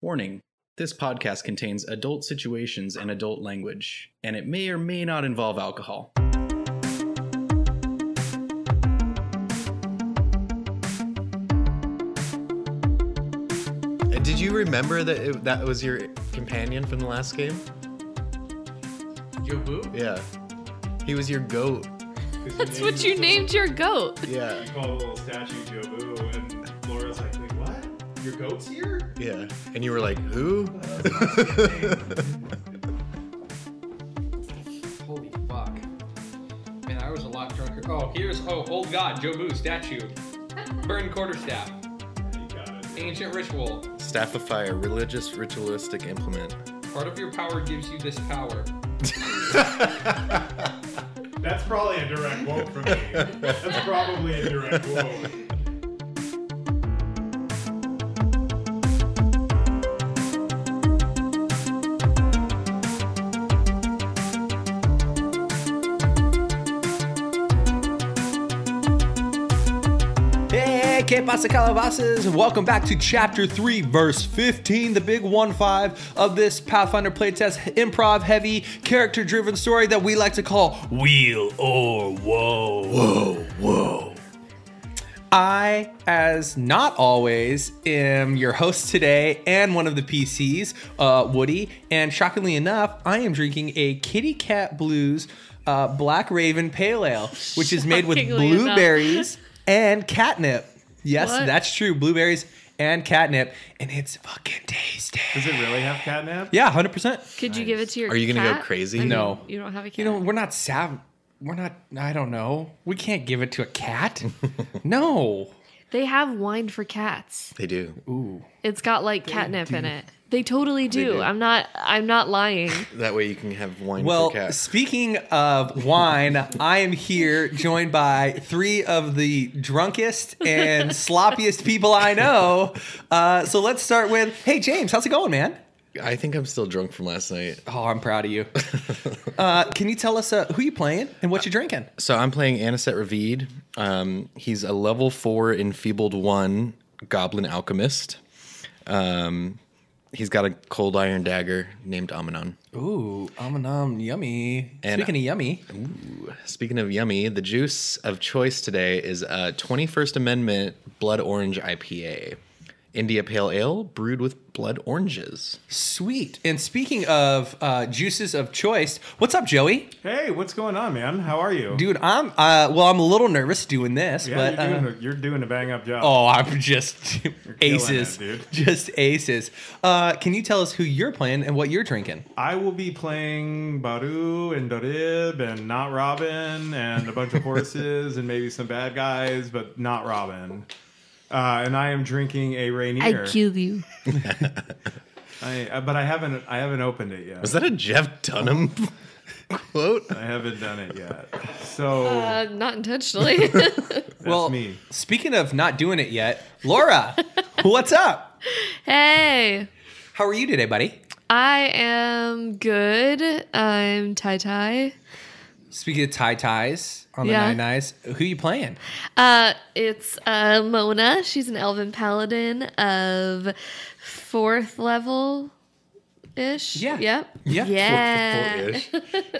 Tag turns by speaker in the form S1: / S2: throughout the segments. S1: Warning this podcast contains adult situations and adult language, and it may or may not involve alcohol.
S2: Uh, Did you remember that it, that was your companion from the last game?
S3: Jobu?
S2: Yeah. He was your goat.
S4: That's what you named your goat.
S2: Yeah.
S3: Called a little statue Jobu, and Laura's like, Wait, what? Your goat's here?
S2: Yeah. And you were like, who?
S5: Holy fuck. Man, I was a lot drunker. Oh, here's oh old god, Jobu statue. Burn quarterstaff.
S3: You got it.
S5: Ancient ritual.
S2: Staff of Fire, religious ritualistic implement.
S5: Part of your power gives you this power.
S3: That's probably a direct quote from me. That's probably a direct quote.
S6: Hey, que pasa calabasas? Welcome back to chapter 3, verse 15, the big 1-5 of this Pathfinder playtest improv heavy, character driven story that we like to call Wheel or Whoa. Whoa, whoa. I, as not always, am your host today and one of the PCs, uh, Woody. And shockingly enough, I am drinking a Kitty Cat Blues uh, Black Raven Pale Ale, which is made with
S4: Shockingly enough.
S6: blueberries and catnip. Yes,
S4: What?
S6: that's true. Blueberries and catnip, and it's fucking tasty.
S3: Does it really have catnap?
S6: Yeah, hundred percent.
S4: Could you give it to your
S2: Are you gonna go
S4: cat?
S2: crazy?
S4: I mean,
S6: No.
S4: You don't have a cat.
S6: You know, we're not sav. We're not. I don't know. We can't give it to a cat. no.
S4: they have wine for cats.
S2: They do.
S4: It's got like catnip in it. They totally do.
S2: do.
S4: I'm not I'm not lying.
S2: That way you can have wine
S6: Well,
S2: for cat.
S6: speaking of wine, I am here joined by three of the drunkest and sloppiest people I know. Uh, so let's start with, hey James, how's it going, man?
S2: I think I'm still drunk from last night.
S6: Oh, I'm proud of you. Uh, can you tell us uh, who you playing and what you drinking?
S2: So I'm playing Anisette Ravid. Um, he's a level four enfeebled one goblin alchemist. Um, he's got a cold iron dagger named Amanon.
S6: Ooh, um, um, yummy.
S2: And-
S6: Speaking of yummy,
S2: Speaking of yummy, the juice of choice today is a 21st Amendment Blood Orange IPA. India Pale Ale brewed with blood oranges.
S6: sweet. And speaking of uh, juices of choice, what's up, Joey?
S3: Hey, what's going on, man? How are you?
S6: Dude, I'm uh, well. I'm a little nervous doing this,
S3: yeah,
S6: but
S3: you're,
S6: uh,
S3: doing a, you're doing a bang up job.
S6: Oh, I'm just
S3: killing
S6: aces,
S3: it, dude.
S6: just aces. Uh, can you tell us who you're playing and what you're drinking?
S3: I will be playing Baru and Darib and not Robin and a bunch of horses and maybe some bad guys, but not Robin. Uh, and I am drinking a Rainier.
S4: you.
S3: I, uh, but I haven't I haven't opened it yet.
S2: Was that a Jeff Dunham quote?
S3: I haven't done it yet. So
S4: Uh, not intentionally.
S6: well,
S3: me.
S6: speaking of not doing it yet, Laura, what's up?
S4: hey.
S6: How are you today, buddy?
S4: I am good. I'm Tai Tai.
S6: Speaking of tie ties on the
S4: Yeah.
S6: nine eyes, who you playing?
S4: Uh, it's uh, Mona. She's an elven paladin of fourth level ish.
S6: Yeah.
S4: Yep.
S6: Yeah.
S4: Yeah.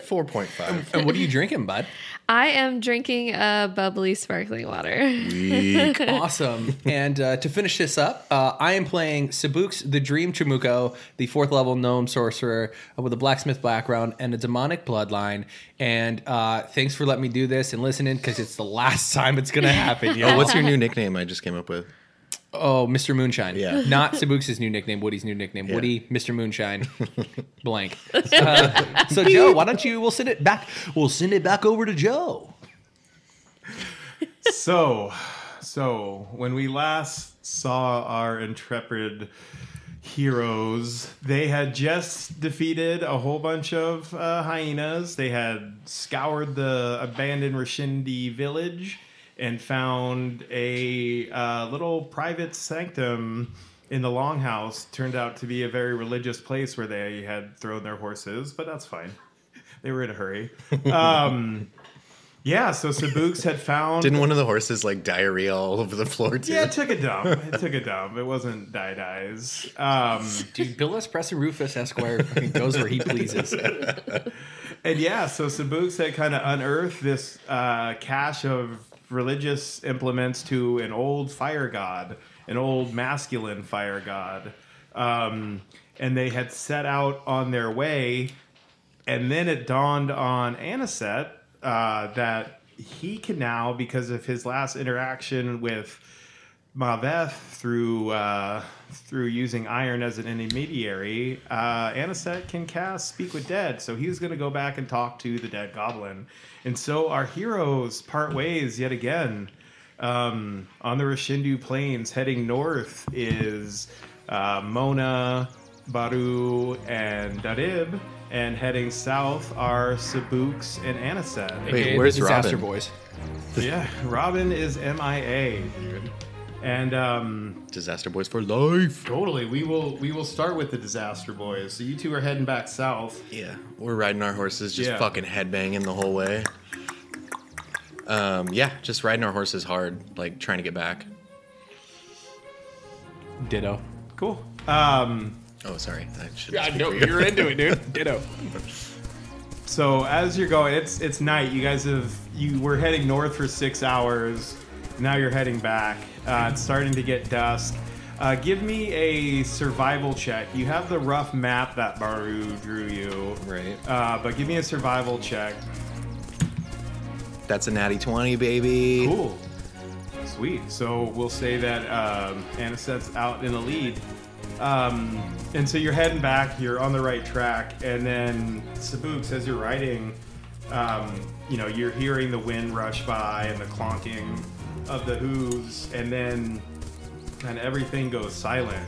S2: Four point five.
S6: And what are you drinking, bud?
S4: I am drinking uh, bubbly sparkling water.
S6: Awesome. And uh, to finish this up, uh, I am playing Sabuks the Dream Chamuko, the fourth level gnome sorcerer with a blacksmith background and a demonic bloodline. And uh, thanks for letting me do this and listening because it's the last time it's going to happen.
S2: Oh,
S6: Yo.
S2: what's your new nickname I just came up with?
S6: oh, Mr. Moonshine.
S2: Yeah.
S6: Not Sabuks' new nickname, Woody's new nickname. Woody, Mr. Moonshine, blank. Uh, so, Joe, why don't you, we'll send it back. We'll send it back over to Joe.
S3: so so when we last saw our intrepid heroes they had just defeated a whole bunch of uh, hyenas they had scoured the abandoned rashindi village and found a uh, little private sanctum in the longhouse turned out to be a very religious place where they had thrown their horses but that's fine they were in a hurry Um, Yeah, so Sabuks had found.
S2: Didn't one of the horses like diarrhea all over the floor too?
S3: yeah, it took a dump. It took a dump. It wasn't die dies. Um,
S6: Dude, Bill S. Preston Rufus Esquire fucking goes where he pleases.
S3: and yeah, so Sabuks had kind of unearthed this uh, cache of religious implements to an old fire god, an old masculine fire god. Um, and they had set out on their way. And then it dawned on Aniset uh, that he can now, because of his last interaction with Maveth through uh, through using iron as an intermediary, uh, Aniset can cast Speak with Dead. So he's going to go back and talk to the dead goblin, and so our heroes part ways yet again. Um, on the Rashindu Plains, heading north is uh, Mona, Baru, and Darib, and heading south are Sabuks and Aniset.
S2: Wait,
S5: Okay,
S2: where's
S6: Disaster
S2: Robin?
S6: Boys.
S3: Yeah, Robin is MIA, dude. And um,
S2: Disaster Boys for life.
S3: Totally. We will we will start with the Disaster Boys. So you two are heading back south.
S2: Yeah, we're riding our horses, just
S3: Yeah.
S2: fucking headbanging the whole way. Um, yeah, just riding our horses hard, like trying to get back.
S6: Ditto.
S3: Cool. Um
S2: Oh, sorry, I should.
S5: God,
S2: speak
S5: no,
S2: for you.
S5: you're into it, dude.
S6: Ditto.
S3: so as you're going, it's it's night. You guys have you were heading north for six hours. Now you're heading back. Uh, it's starting to get dusk. Uh, give me a survival check. You have the rough map that Baru drew you.
S2: Right.
S3: Uh, but give me a survival check.
S2: That's a natty twenty, baby.
S3: Cool. Sweet. So we'll say that um, Aniset's out in the lead. Um, and so you're heading back, you're on the right track, and then Sabuks, as you're riding, um, you know, you're hearing the wind rush by and the clonking of the hooves, and then and everything goes silent,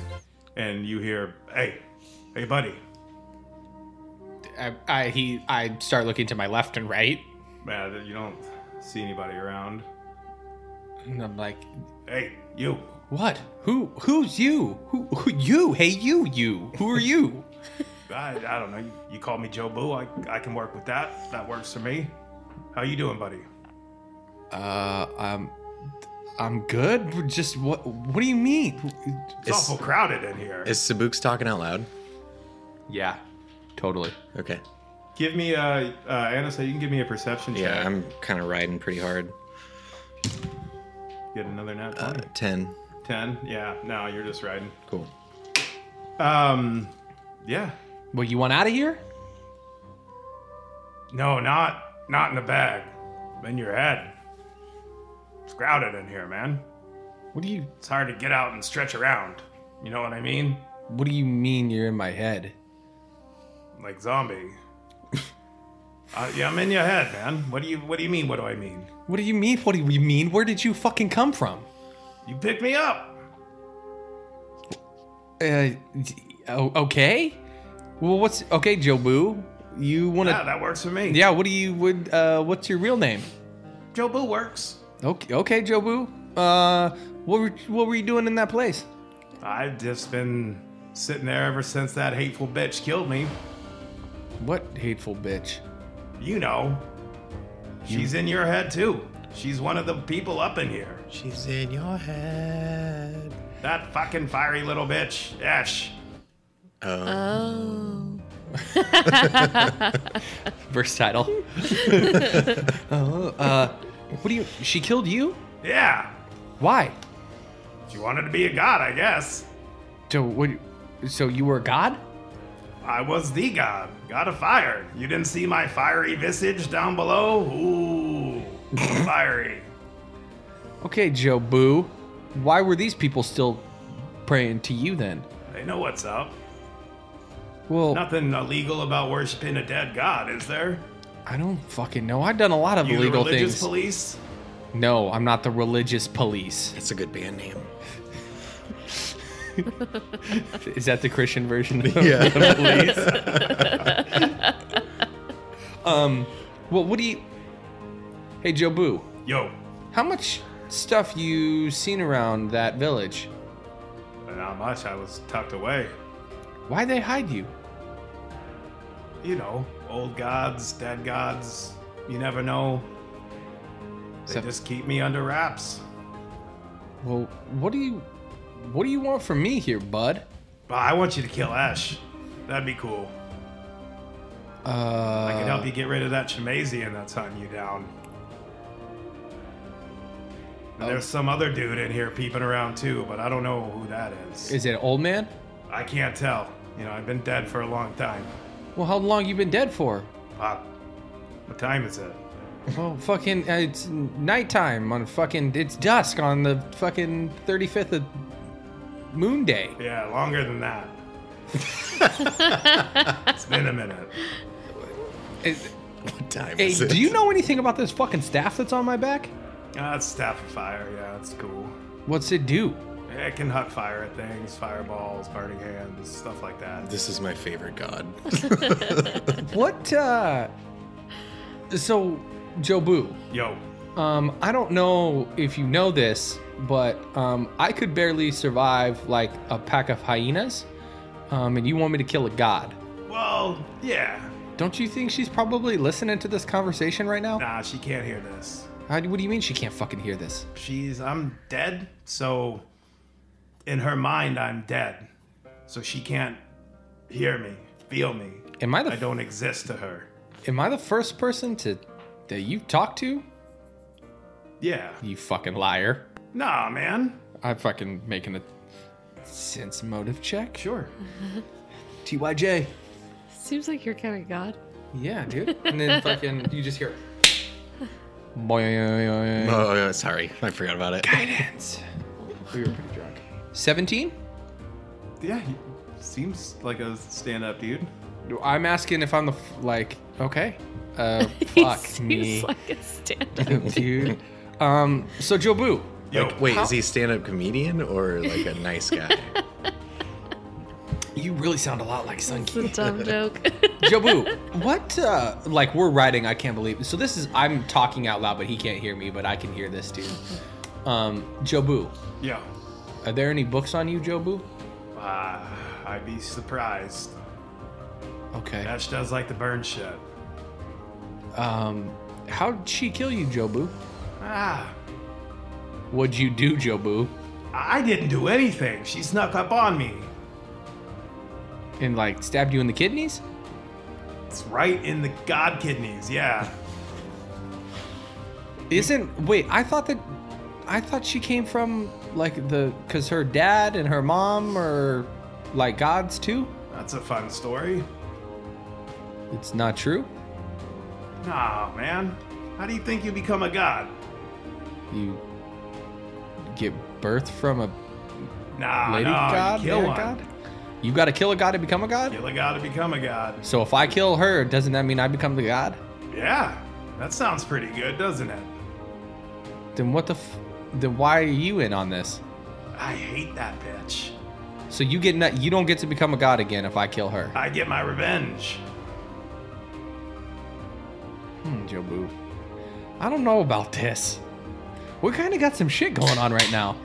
S3: and you hear, hey, hey, buddy.
S5: I, I he I start looking to my left and right,
S3: Man, Uh, you don't see anybody around.
S5: and I'm like,
S3: Hey, you.
S6: What? Who? Who's you? Who? who you? Hey, you, you. Who are you?
S3: I, I don't know. You, you call me Joe Boo. I, I can work with that. That works for me. How you doing, buddy?
S6: uh, I'm, I'm good. We're Just what? What do you mean?
S3: It's,
S2: It's-
S3: awful crowded in here.
S2: Is Sabuks talking out loud?
S6: Yeah, totally.
S2: Okay.
S3: Give me a uh, Anna. So you can give me a perception check.
S2: Yeah, I'm kind of riding pretty hard.
S3: Get another nat
S2: Uh,
S3: 20.
S2: Ten.
S3: Ten. Yeah. No, you're just riding.
S2: Cool.
S3: Um. Yeah.
S6: Well, you want out of here?
S3: No, not not in the bag. In your head. It's crowded in here, man.
S6: What do you?
S3: It's hard to get out and stretch around. You know what I mean?
S6: What do you mean? You're in my head.
S3: Like zombie. uh, yeah, I'm in your head, man. What do you What do you mean? What do I mean?
S6: What do you mean? What do you mean? Where did you fucking come from?
S3: You picked me up.
S6: Uh, d- o- okay. Well, what's okay, Joe Boo? You want
S3: Yeah,
S6: to?
S3: that works for me.
S6: Yeah. What do you would? Uh, what's your real name?
S3: Joe Boo works.
S6: Okay, okay, Joe Boo. Uh, what were what were you doing in that place?
S3: I've just been sitting there ever since that hateful bitch killed me.
S6: What hateful bitch?
S3: You know, she's in your head too. She's one of the people up in here.
S2: She's in your head.
S3: That fucking fiery little bitch, Ash.
S2: Um,
S4: Oh.
S6: Verse title. oh, uh, what do you? She killed you?
S3: Yeah,
S6: Why?
S3: she wanted to be a god, I guess.
S6: So what? So you were a god?
S3: I was the god, god of fire. You didn't see my fiery visage down below? Ooh, fiery.
S6: Okay, Joe Boo. Why were these people still praying to you then?
S3: They know what's up.
S6: Well,
S3: Nothing illegal about worshiping a dead god, is there?
S6: I don't fucking know. I've done a lot of
S3: You the
S6: illegal
S3: religious
S6: things.
S3: police?
S6: no, I'm not the religious police.
S2: That's a good band name.
S6: Is that the Christian version? Of
S2: Yeah.
S6: Um, well, what do you? Hey, Joe Boo,
S3: Yo,
S6: how much stuff you seen around that village?
S3: not much. I was tucked away.
S6: Why they hide you?
S3: You know, old gods, dead gods. You never know. They
S6: So-
S3: just keep me under wraps.
S6: Well, what do you, what do you want from me here, bud?
S3: But I want you to kill Ash. That'd be cool.
S6: Uh,
S3: I can help you get rid of that Chamazian that's hunting you down.
S6: oh.
S3: And There's some other dude in here peeping around too, but I don't know who that is.
S6: Is it an old man?
S3: I can't tell. You know, I've been dead for a long time.
S6: Well, how long you been dead for?
S3: Pop, what time is it?
S6: Well, fucking, uh, it's nighttime on fucking, it's dusk on the fucking 35th of Moon Day.
S3: Yeah, longer than that. it's been a minute.
S6: Is-
S2: What time
S6: hey,
S2: is it?
S6: do you know anything about this fucking staff that's on my back?
S3: Ah, it's staff of fire. Yeah, it's cool.
S6: What's it do?
S3: It can hunt fire at things, fireballs, burning hands, stuff like that.
S2: This is my favorite god.
S6: What, uh. So, Jobu,
S3: Yo,
S6: um, I don't know if you know this, but um, I could barely survive like a pack of hyenas, um, and you want me to kill a god.
S3: well, yeah.
S6: Don't you think she's probably listening to this conversation right now?
S3: Nah, she can't hear this.
S6: How, what do you mean she can't fucking hear this?
S3: She's I'm dead, so in her mind I'm dead. So she can't hear me, feel me.
S6: Am I the
S3: I don't exist to her.
S6: am I the first person to that you've talked to?
S3: Yeah.
S6: You fucking liar!
S3: Nah, man.
S6: I'm fucking making a sense motive check.
S3: Sure.
S6: Tyj.
S4: Seems like you're kind of god.
S6: Yeah, dude. And then fucking you just hear. Boing.
S2: oh, yeah, sorry. I forgot about it.
S6: Guidance. We were pretty drunk. Seventeen.
S3: Yeah, he seems like a stand-up dude.
S6: I'm asking if I'm the f- like okay. Uh, fuck
S4: Seems
S6: me,
S4: like a stand-up.
S6: dude. Um, so Jobu,
S3: Yo,
S2: Wait, is he a stand-up comedian or like a nice guy?
S6: you really sound a lot like Sun
S4: It's a dumb joke.
S6: Jabu, what, uh, like, we're writing, I can't believe. So, this is, I'm talking out loud, but he can't hear me, but I can hear this dude. Um, Jobu,
S3: yo.
S6: are there any books on you, Jobu?
S3: Uh, I'd be surprised.
S6: Okay.
S3: Ash does like to burn shit.
S6: Um, how'd she kill you, Jobu?
S3: Ah,
S6: What'd you do, Jobu?
S3: I didn't do anything. She snuck up on me.
S6: And, like, stabbed you in the kidneys?
S3: It's right in the god kidneys. Yeah.
S6: Isn't, wait, I thought that, I thought she came from, like, the, cause her dad and her mom are, like, gods too?
S3: That's a fun story.
S6: It's not true.
S3: Nah, man. How do you think you become a god?
S6: You get birth from a
S3: Nah,
S6: Lady
S3: Ah, no,
S6: God,
S3: you kill
S6: man
S3: one.
S6: God. You gotta kill a god to become a god.
S3: Kill a god to become a god.
S6: So if I kill her, doesn't that mean I become the god?
S3: Yeah, that sounds pretty good, doesn't it?
S6: Then what the? F- then why are you in on this?
S3: I hate that bitch.
S6: So you get not, you don't get to become a god again if I kill her.
S3: I get my revenge.
S6: Hmm, Jobu. I don't know about this. We kind of got some shit going on right now,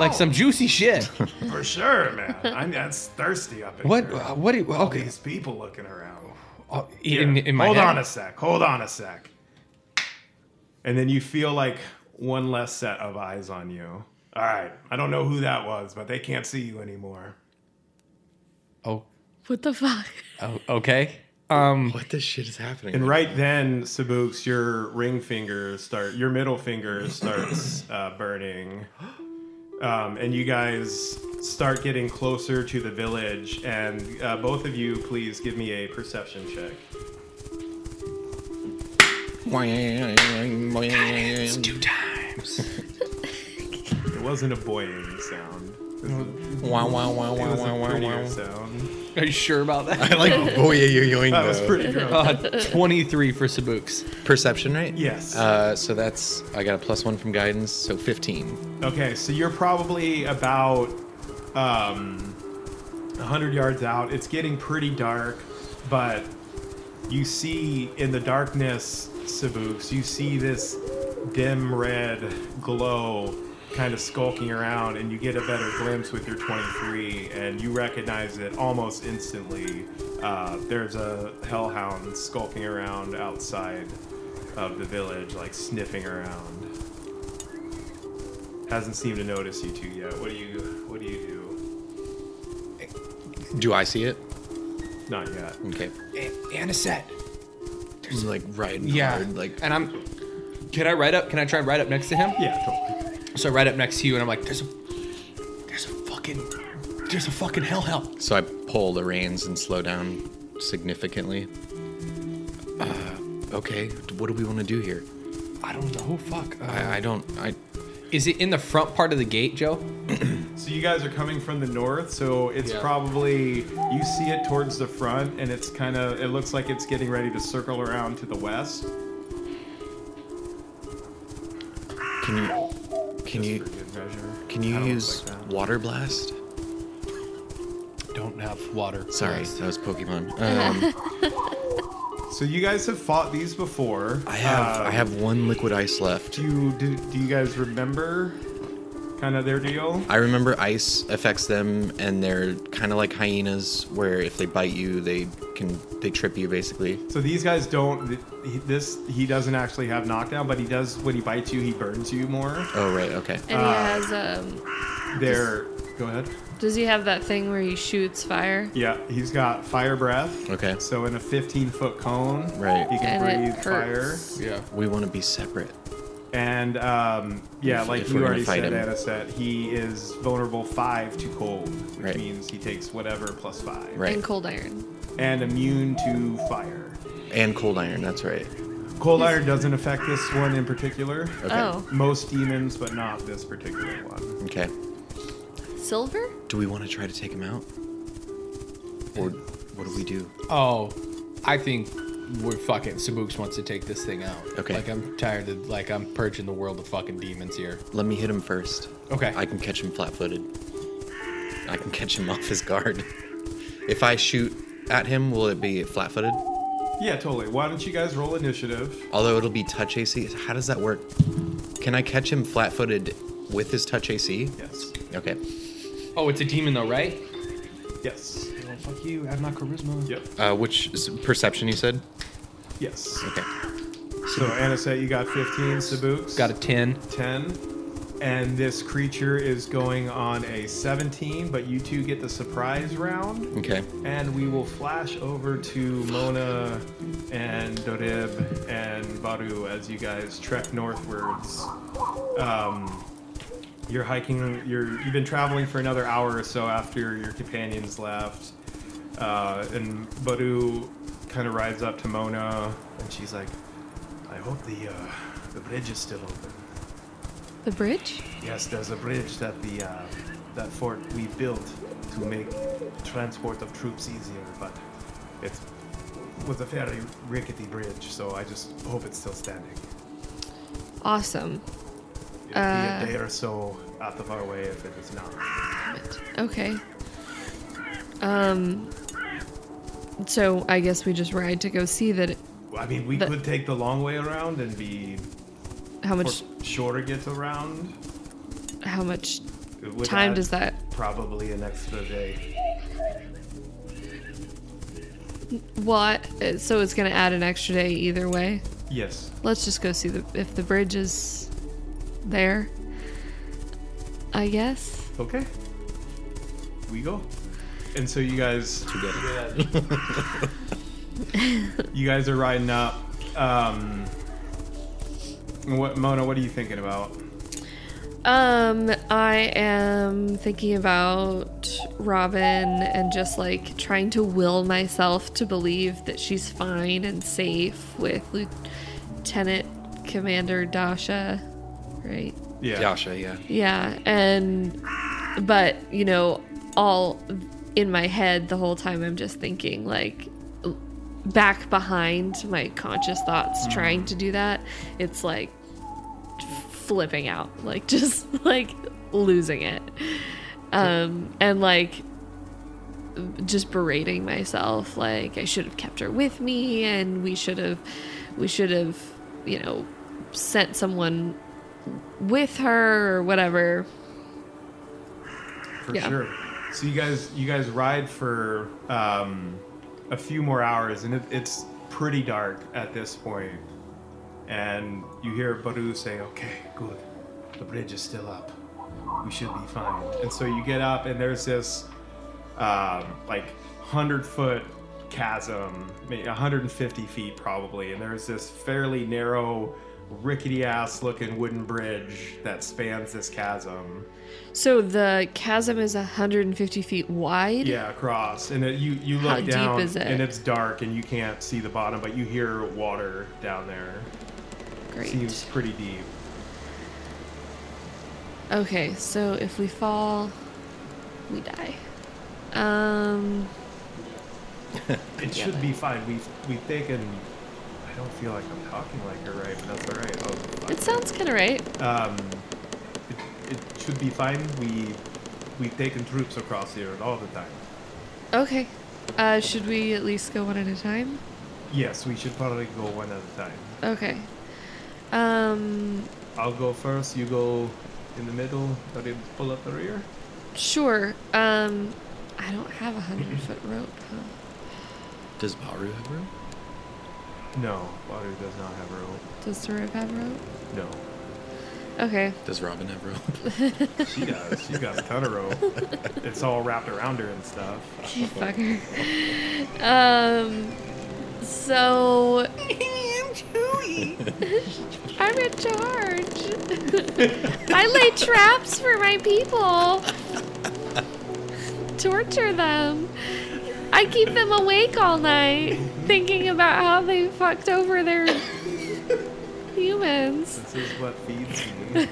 S6: like
S3: Oh,
S6: some juicy shit.
S3: for sure, man. I'm that's thirsty up in
S6: what?
S3: here.
S6: uh, What? do you-
S3: All
S6: Okay.
S3: these people looking around.
S6: uh, In,
S3: Here,
S6: in my
S3: hold
S6: head.
S3: on a sec. Hold on a sec. And then you feel like one less set of eyes on you. All right, I don't know who that was, but they can't see you anymore.
S6: Oh,
S4: what the fuck?
S6: oh, okay. Um.
S2: what the shit is happening?
S3: And right then, Sabuks, your ring finger start, your middle finger starts uh, burning, um, and you guys start getting closer to the village. And uh, both of you, please give me a perception check.
S6: Two times.
S3: It wasn't a boing sound.
S2: Wow, wow, wow,
S3: It
S2: wow,
S3: was a
S2: wow, wow,
S3: prettier
S2: wow.
S3: sound.
S6: Are you sure about that?
S2: I like boyoyoing
S3: That was pretty drunk.
S6: Uh, 23 for Sabuks.
S2: Perception, right?
S3: Yes.
S2: Uh, so that's I got a plus one from guidance, so fifteen.
S3: Okay, so you're probably about um, 100 yards out. It's getting pretty dark, but you see in the darkness, Sabuks, you see this dim red glow kind of skulking around, and you get a better glimpse with your 23, and you recognize it almost instantly. Uh, there's a hellhound skulking around outside of the village, like sniffing around. hasn't seemed to notice you two yet. What do you What do you
S2: Do I see it?
S3: do? Not yet.
S2: Okay.
S6: Anisette.
S2: He's like riding
S6: Yeah.
S2: hard. Like
S6: and I'm. Can I ride up? Can I try and ride up next to him?
S3: Yeah, totally.
S6: So I ride up next to you, and I'm like, "There's a, there's a fucking, there's a fucking hell hell."
S2: so, I pull the reins and slow down significantly. Uh, okay. What do we want to do here?
S6: I don't know. Fuck. Uh,
S2: I, I don't. I.
S6: is it in the front part of the gate, Joe?
S3: So you guys are coming from the north, so it's
S6: Yeah.
S3: probably you see it towards the front, and it's kind of it looks like it's getting ready to circle around to the west.
S2: Can you? Can
S3: Just
S2: you?
S3: for good measure.
S2: Can you
S3: Kinda looks
S2: use
S3: like that.
S2: water blast?
S6: Don't have water.
S2: Sorry, that was Pokemon. Um,
S3: So you guys have fought these before.
S2: I have
S3: Uh,
S2: I have one liquid ice left.
S3: Do you do, do you guys remember kind of their deal?
S2: I remember ice affects them, and they're kind of like hyenas, where if they bite you, they can they trip you basically.
S3: So these guys don't. th- he- This he doesn't actually have knockdown, but he does when he bites you, he burns you more.
S2: Oh right, okay.
S4: And he has um.
S3: They're go ahead.
S4: Does he have that thing where he shoots fire?
S3: Yeah, he's got fire breath.
S2: Okay.
S3: So in a 15 foot cone,
S2: Right.
S3: he can
S4: And it
S3: breathe fire.
S4: hurts.
S6: Yeah.
S2: We want to be separate.
S3: And um, yeah,
S2: If-
S3: like
S2: if we're
S3: you
S2: gonna
S3: already
S2: fight
S3: said,
S2: him.
S3: Anisette, he is vulnerable five to cold, which
S2: Right.
S3: means he takes whatever plus five,
S2: Right.
S4: And cold iron.
S3: and immune to fire.
S2: And cold iron. That's right.
S3: Cold iron doesn't affect this one in particular.
S2: Okay.
S4: Oh,
S3: Most demons, but not this particular one.
S2: Okay.
S4: silver?
S2: Do we want to try to take him out, or what do we do?
S6: Oh, I think we're fucking. Sabuks wants to take this thing out.
S2: Okay.
S6: Like I'm tired of like I'm purging the world of fucking demons here.
S2: Let me hit him first.
S6: Okay.
S2: I can catch him flat-footed. I can catch him off his guard. If I shoot at him, will it be flat-footed?
S3: Yeah, totally. Why don't you guys roll initiative?
S2: Although it'll be touch AC. How does that work? Can I catch him flat-footed with his touch AC?
S3: Yes.
S2: Okay.
S6: oh, it's a demon though, right?
S3: Yes.
S6: Well, fuck you. I'm not charisma.
S3: Yep.
S2: Uh, which is perception you said?
S3: Yes.
S2: Okay.
S3: So Anisette, you got 15. Sabuks
S6: Got a ten.
S3: 10. And this creature is going on a 17, but you two get the surprise round.
S2: Okay.
S3: And we will flash over to Mona and Dorib and Baru as you guys trek northwards. Um, you're hiking. You're you've been traveling for another hour or so after your companions left, uh, and Baru kind of rides up to Mona and she's like, "I hope the uh, the bridge is still open."
S4: The bridge?
S3: Yes, there's a bridge that the uh, that fort we built to make transport of troops easier, but it was a fairly rickety bridge, so I just hope it's still standing.
S4: Awesome.
S3: It'll
S4: Uh,
S3: be a day or so out of our way if it is not.
S4: Okay. Um. So I guess we just ride to go see that. It,
S3: I mean, we
S4: But-
S3: could take the long way around and be
S4: how
S3: for
S4: much?
S3: sure gets around.
S4: How much
S3: It would
S4: time
S3: add
S4: does that?
S3: Probably an extra day.
S4: What? So it's gonna add an extra day either way.
S3: Yes.
S4: Let's just go see the if the bridge is there. I guess.
S3: Okay. We go. And so you guys you guys are riding up. Um, what Mona? What are you thinking about?
S4: Um, I am thinking about Robin and just like trying to will myself to believe that she's fine and safe with Lieutenant Commander Dasha, right?
S3: Yeah.
S2: Yasha, yeah.
S4: Yeah, and but you know, all in my head the whole time I'm just thinking like back behind my conscious thoughts trying to do that. It's like flipping out, like just like losing it. Um and like just berating myself like I should have kept her with me and we should have we should have, you know, sent someone with her or whatever.
S3: for
S4: Yeah.
S3: sure. So you guys, you guys ride for um, a few more hours, and it, it's pretty dark at this point. And you hear Baru say, "Okay, good, the bridge is still up." we should be fine. And so you get up, and there's this um, like 100 foot chasm, maybe 150 feet probably, and there's this fairly narrow, rickety ass looking wooden bridge that spans this chasm.
S4: So the chasm is 150 feet wide.
S3: Yeah, across, and it, you you look
S4: How deep
S3: down,
S4: is it?
S3: and it's dark, and you can't see the bottom, but you hear water down there.
S4: Great.
S3: Seems pretty deep.
S4: Okay, so if we fall, we die. Um,
S3: It should be fine. We've we've taken. I don't feel like I'm talking like her right, but that's all right. Oh, fuck.
S4: it sounds kind of right.
S3: Um, it, it should be fine. We we've taken troops across here all the time.
S4: Okay. Uh, should we at least go one at a time?
S3: Yes, we should probably go one at a time.
S4: Okay. Um,
S3: I'll go first. You go in the middle. Let him pull up the rear.
S4: sure. Um, I don't have a hundred foot rope. Huh?
S2: Does Baru have room?
S3: No, water does not have a rope.
S4: Does the rope have rope?
S3: No,
S4: Okay.
S2: Does Robin have room?
S3: she does. She's got a ton of rope. It's all wrapped around her and stuff.
S4: You fucker. Um, so. I'm Joey. I'm in charge. I lay traps for my people, torture them. I keep them awake all night thinking about how they fucked over their humans.
S3: This is what feeds me.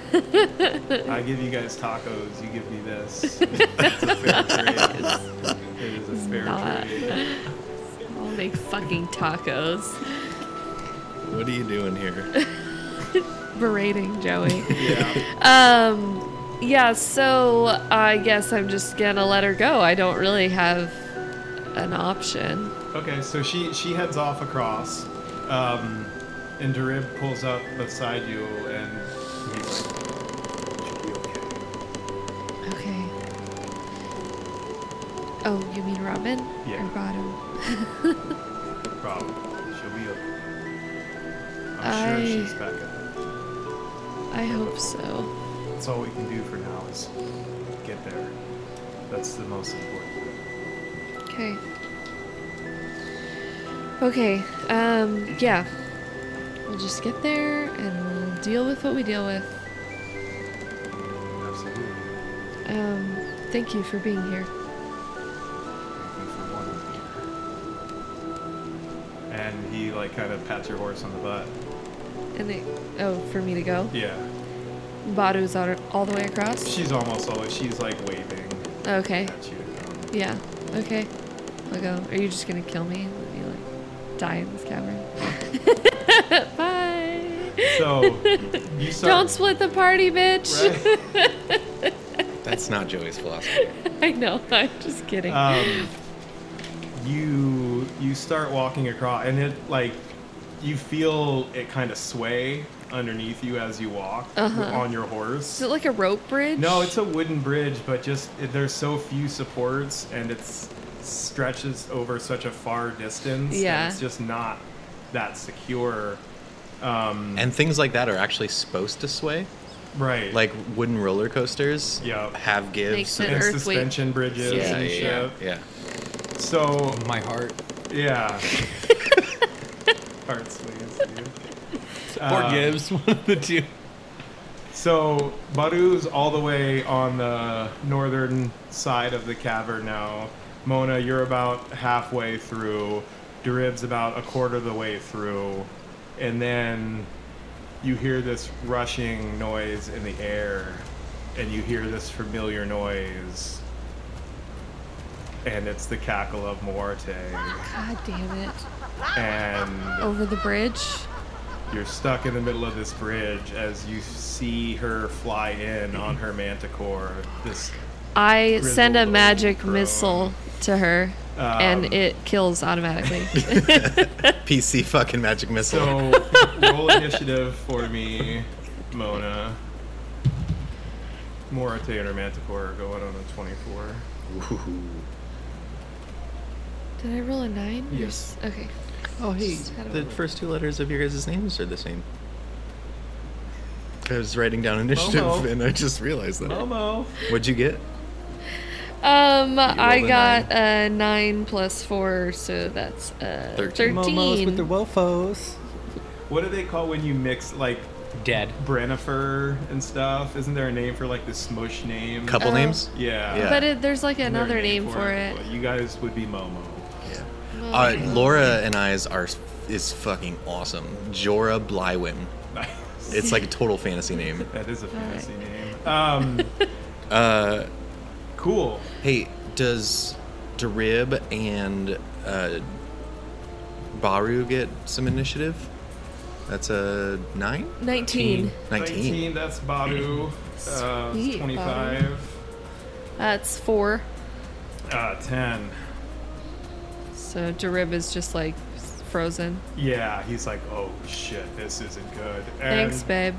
S3: I give you guys tacos. You give me this. It's a fair trade. It is a fair
S4: not.
S3: trade.
S4: I'll make fucking tacos.
S2: What are you doing here?
S4: Berating Joey.
S3: Yeah.
S4: Um, yeah, so I guess I'm just gonna let her go. I don't really have an option.
S3: Okay, so she she heads off across, um, and Darib pulls up beside you, and he's like, "Should be okay."
S4: Okay. Oh, you mean Robin?
S3: Yeah.
S4: Or Bottom?
S3: Problem. She'll be okay. I'm
S4: I-
S3: sure she's back up.
S4: I hope so.
S3: That's all we can do for now is get there. That's the most important.
S4: Okay. Okay, um, yeah. We'll just get there and we'll deal with what we deal with.
S3: Absolutely.
S4: Um, thank you for being here.
S3: Thank you for wanting to be here. And he like kind of pats your horse on the butt.
S4: And it, oh, for me to go?
S3: Yeah.
S4: Badu's all, all the way across?
S3: She's almost always. She's like waving
S4: Okay.
S3: at you.
S4: Yeah. Okay. I'll go. Are you just gonna kill me? and Let me like die in this cavern. Bye.
S3: So you start.
S4: Don't split the party, bitch.
S3: Right.
S2: That's not Joey's philosophy.
S4: I know. I'm just kidding.
S3: um, you you start walking across, and it like you feel it kind of sway underneath you as you walk on your horse.
S4: Is it like a rope bridge?
S3: No, it's a wooden bridge, but just it- there's so few supports, and it's stretches over such a far distance. and
S4: Yeah.
S3: it's just not that secure. Um,
S2: And things like that are actually supposed to sway.
S3: right,
S2: Like wooden roller coasters
S3: Yep.
S2: have gives.
S4: Makes it
S3: and
S4: earth weight.
S3: suspension bridges
S2: yeah,
S3: and shit.
S2: yeah, yeah.
S3: So
S6: My heart.
S3: yeah, heart sleeves, dude.
S6: Or
S3: Uh,
S6: Gibbs, one of the two.
S3: So Baru's all the way on the northern side of the cavern now. Mona, you're about halfway through. Derib's about a quarter of the way through, and then you hear this rushing noise in the air, and you hear this familiar noise, and it's the cackle of Morte,
S4: God damn it.
S3: and
S4: Over the bridge.
S3: you're stuck in the middle of this bridge as you see her fly in on her manticore. This
S4: I send a
S3: Grizzled
S4: magic
S3: old crone.
S4: missile to her,
S3: Um,
S4: and it kills automatically.
S2: PC fucking magic missile.
S3: so roll initiative for me, Mona. Morate and her manticore are going on a 24.
S4: Did I roll a nine?
S3: Yes.
S4: Okay.
S2: oh hey,
S4: Just had a
S2: the
S4: roll.
S2: first two letters of your guys' names are the same. I was writing down initiative
S3: Momo.
S2: and I just realized that.
S3: Momo.
S2: What'd you get?
S4: Um, I
S2: rolled a
S4: got a nine plus four, so that's uh,
S2: Thirteen.
S4: thirteen.
S6: Momos with the wofos.
S3: What do they call when you mix like
S6: Dead.
S3: Brenifer and stuff? Isn't there a name for like the smush name?
S2: Couple
S4: Uh,
S2: names?
S3: Yeah.
S2: Yeah.
S4: But it, there's like
S3: Isn't there a
S4: another name, for it.
S3: Well, you guys would be Momo.
S2: Yeah. Uh, Laura and I's are is fucking awesome. Jorah Blywin.
S3: Nice.
S2: It's like a total fantasy name.
S3: that is a fancy name. Um,
S2: Uh,
S3: cool.
S2: hey, does Darib and uh, Baru get some initiative? That's a nine.
S4: Nineteen.
S2: 19.
S3: That's Baru. Uh,
S4: Sweet,
S3: 25.
S4: That's four.
S3: Uh, 10.
S4: So Darib is just like frozen.
S3: Yeah, he's like, oh shit, this isn't good. And,
S4: Thanks, babe.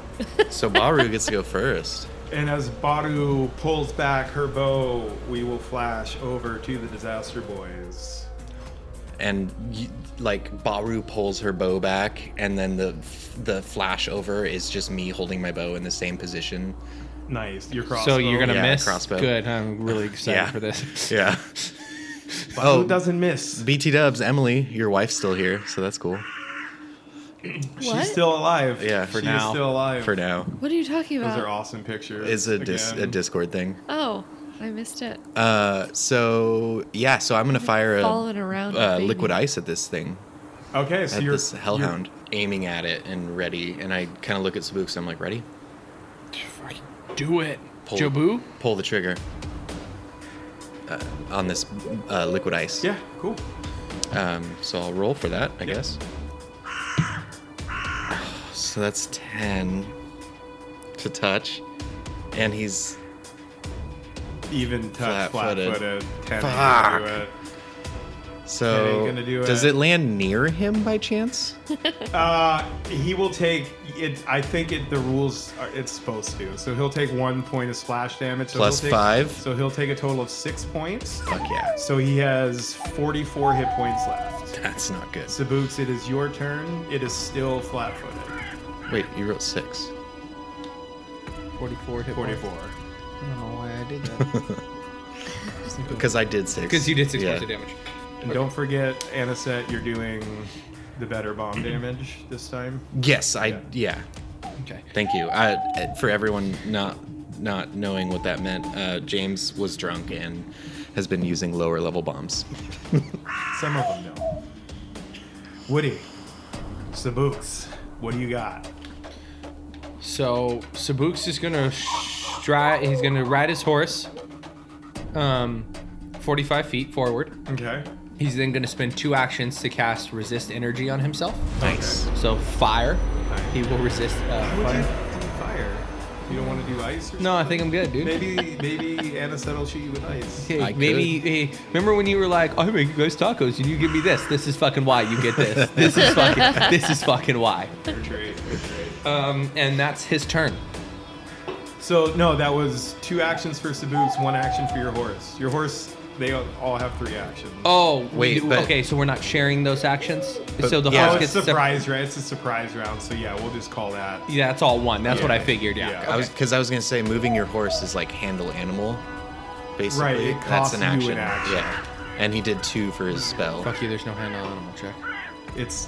S2: So Baru gets to go first.
S3: and as Baru pulls back her bow, we will flash over to the Disaster Boys.
S2: and y- like Baru pulls her bow back, and then the f- the flash over is just me holding my bow in the same position.
S3: Nice. Your crossbow.
S6: So you're gonna
S2: Yeah,
S6: miss.
S2: crossbow.
S6: Good. I'm really excited
S2: Yeah.
S6: for this.
S2: Yeah.
S3: Baru
S2: oh.
S3: doesn't miss.
S2: BT Dubs, Emily, your wife's still here, so that's cool
S4: What?
S3: She's still alive.
S2: Yeah, for
S3: she Is
S2: now.
S3: still alive.
S2: for now.
S4: What are you talking
S3: Those are
S4: about?
S3: awesome pictures.
S2: It's a, dis- a
S3: again.
S2: Discord thing.
S4: Oh, I missed it.
S2: Uh, so yeah, so I'm gonna fire a
S4: Following around,
S2: uh,
S4: baby.
S2: liquid ice at this thing,
S3: Okay, so
S2: at
S3: you're
S2: this hellhound, aiming at it and ready. And I kind of look at Spooks. I'm like, ready?
S6: Do it,
S2: Pull-
S6: Jobu.
S2: Pull the trigger uh, on this uh, liquid ice.
S3: You're, yeah, cool.
S2: Um, so I'll roll for that, I
S3: Yep.
S2: guess. So that's 10 to touch. And he's.
S3: Even touch flat
S2: Flat-footed.
S3: footed. Ten
S2: Fuck.
S3: ain't gonna do it. That ain't
S2: So.
S3: gonna do
S2: does
S3: it.
S2: it land near him by chance?
S3: Uh, he will take it. I think it. The rules are it's supposed to. So he'll take one point of splash damage. So
S2: Plus
S3: he'll take,
S2: five.
S3: So he'll take a total of six points.
S2: Fuck yeah.
S3: So he has 44 hit points left.
S2: That's not good.
S3: Saboots, it is your turn. It is still flat-footed.
S2: Wait, you rolled six.
S6: 44 hit
S3: 44.
S6: I don't know why I did that.
S2: Because I did six.
S5: Because you did six
S2: Yeah.
S5: points of damage.
S3: And don't forget, Anisette, you're doing the better bomb damage this time.
S2: Yes, I. Yeah.
S6: okay.
S2: Thank you. I, uh, for everyone not not knowing what that meant, uh, James was drunk and has been using lower level bombs.
S3: Some of them don't. Woody, Saboots, what do you got?
S6: So Sabuks is gonna sh- try. He's gonna ride his horse, um, 45 feet forward.
S3: Okay.
S6: He's then gonna spend two actions to cast resist energy on himself.
S2: Nice.
S6: So fire. He will resist. Uh,
S3: Would you do fire? You don't want to do ice? Or
S6: no, I think I'm good, dude.
S3: Maybe maybe Anisette will shoot you with ice.
S6: Hey,
S2: I
S6: maybe hey, remember when you were like, I make you guys tacos and you give me this. This is fucking why you get this. This is fucking this is fucking why.
S3: Fair trade, fair trade.
S6: Um, and that's his turn.
S3: So no, that was two actions for Saboots, one action for your horse. Your horse, they all have three actions.
S6: Oh
S2: Wait,
S6: we-
S2: but-
S6: okay, so we're not sharing those actions. so the
S2: yeah.
S3: Oh,
S6: horse
S3: it's
S6: gets sep-
S3: surprise, right? It's a surprise round, so yeah, we'll just call that.
S6: Yeah, that's all one. That's what I
S3: Yeah.
S6: figured. Yeah.
S3: Yeah.
S2: I was because I was gonna say moving your horse is like handle animal, basically.
S3: Right, it costs you an action.
S2: Yeah, and he did two for his spell.
S6: Fuck you. There's no handle animal check.
S3: It's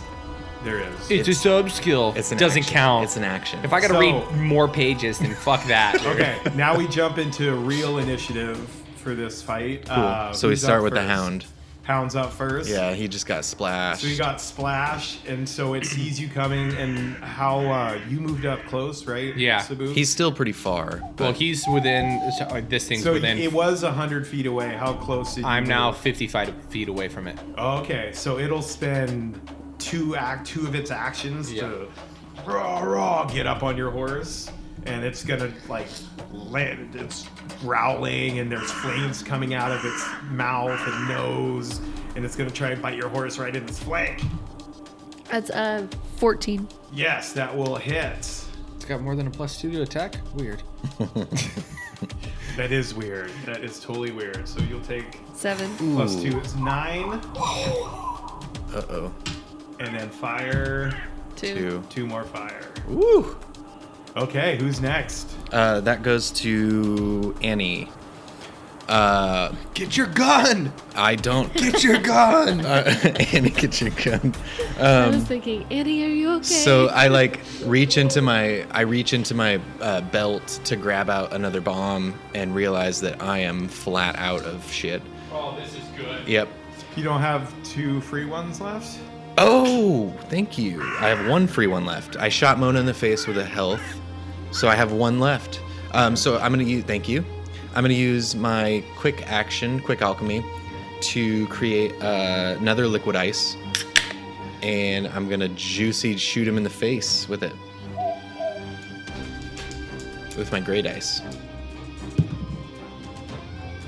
S3: there is.
S6: It's, a sub skill.
S2: It's an
S6: doesn't
S2: action.
S6: count.
S2: It's an action.
S6: If I gotta
S3: So-
S6: read more pages, then fuck that.
S3: okay, now we jump into real initiative for this fight.
S2: Cool.
S3: Uh,
S2: so we
S3: who's
S2: start
S3: up
S2: with the
S3: first?
S2: hound.
S3: Hound's up first.
S2: Yeah, he just got splashed.
S3: So you got splash, and so it sees you coming, and how uh, you moved up close, right?
S6: Yeah.
S3: Sabu?
S2: He's still pretty far. But
S6: well, he's within. So, uh, this thing's
S3: so
S6: within.
S3: it was hundred feet away. How close did
S6: I'm
S3: you
S6: now
S3: move?
S6: 55 feet away from it.
S3: Okay, so it'll spend two act two of its actions
S6: Yeah.
S3: to raw raw get up on your horse, and it's gonna like land. It's growling, and there's flames coming out of its mouth and nose, and it's gonna try and bite your horse right in its flank.
S4: That's uh fourteen.
S3: Yes, that will hit.
S6: It's got more than a plus two to attack. Weird.
S3: That is weird. That is totally weird. So you'll take
S4: Seven.
S3: plus two. It's nine,
S2: uh oh,
S3: and then fire.
S4: Two.
S2: two.
S3: Two more fire.
S2: Woo!
S3: Okay, who's next?
S2: Uh, that goes to Annie. Uh,
S6: Get your gun!
S2: I don't.
S6: Get your gun!
S2: uh, Annie, get your gun.
S4: I was thinking, Annie, are you okay?
S2: Um, So uh, I like reach into my I reach into my uh, belt to grab out another bomb and realize that I am flat out of shit.
S5: Oh, this is good.
S2: Yep.
S3: You don't have two free ones left?
S2: Oh, thank you. I have one free one left. I shot Mona in the face with a health, so I have one left. Um, so I'm gonna use. Thank you. I'm gonna use my quick action, quick alchemy, to create uh, another liquid ice, and I'm gonna juicy shoot him in the face with it. With my great ice.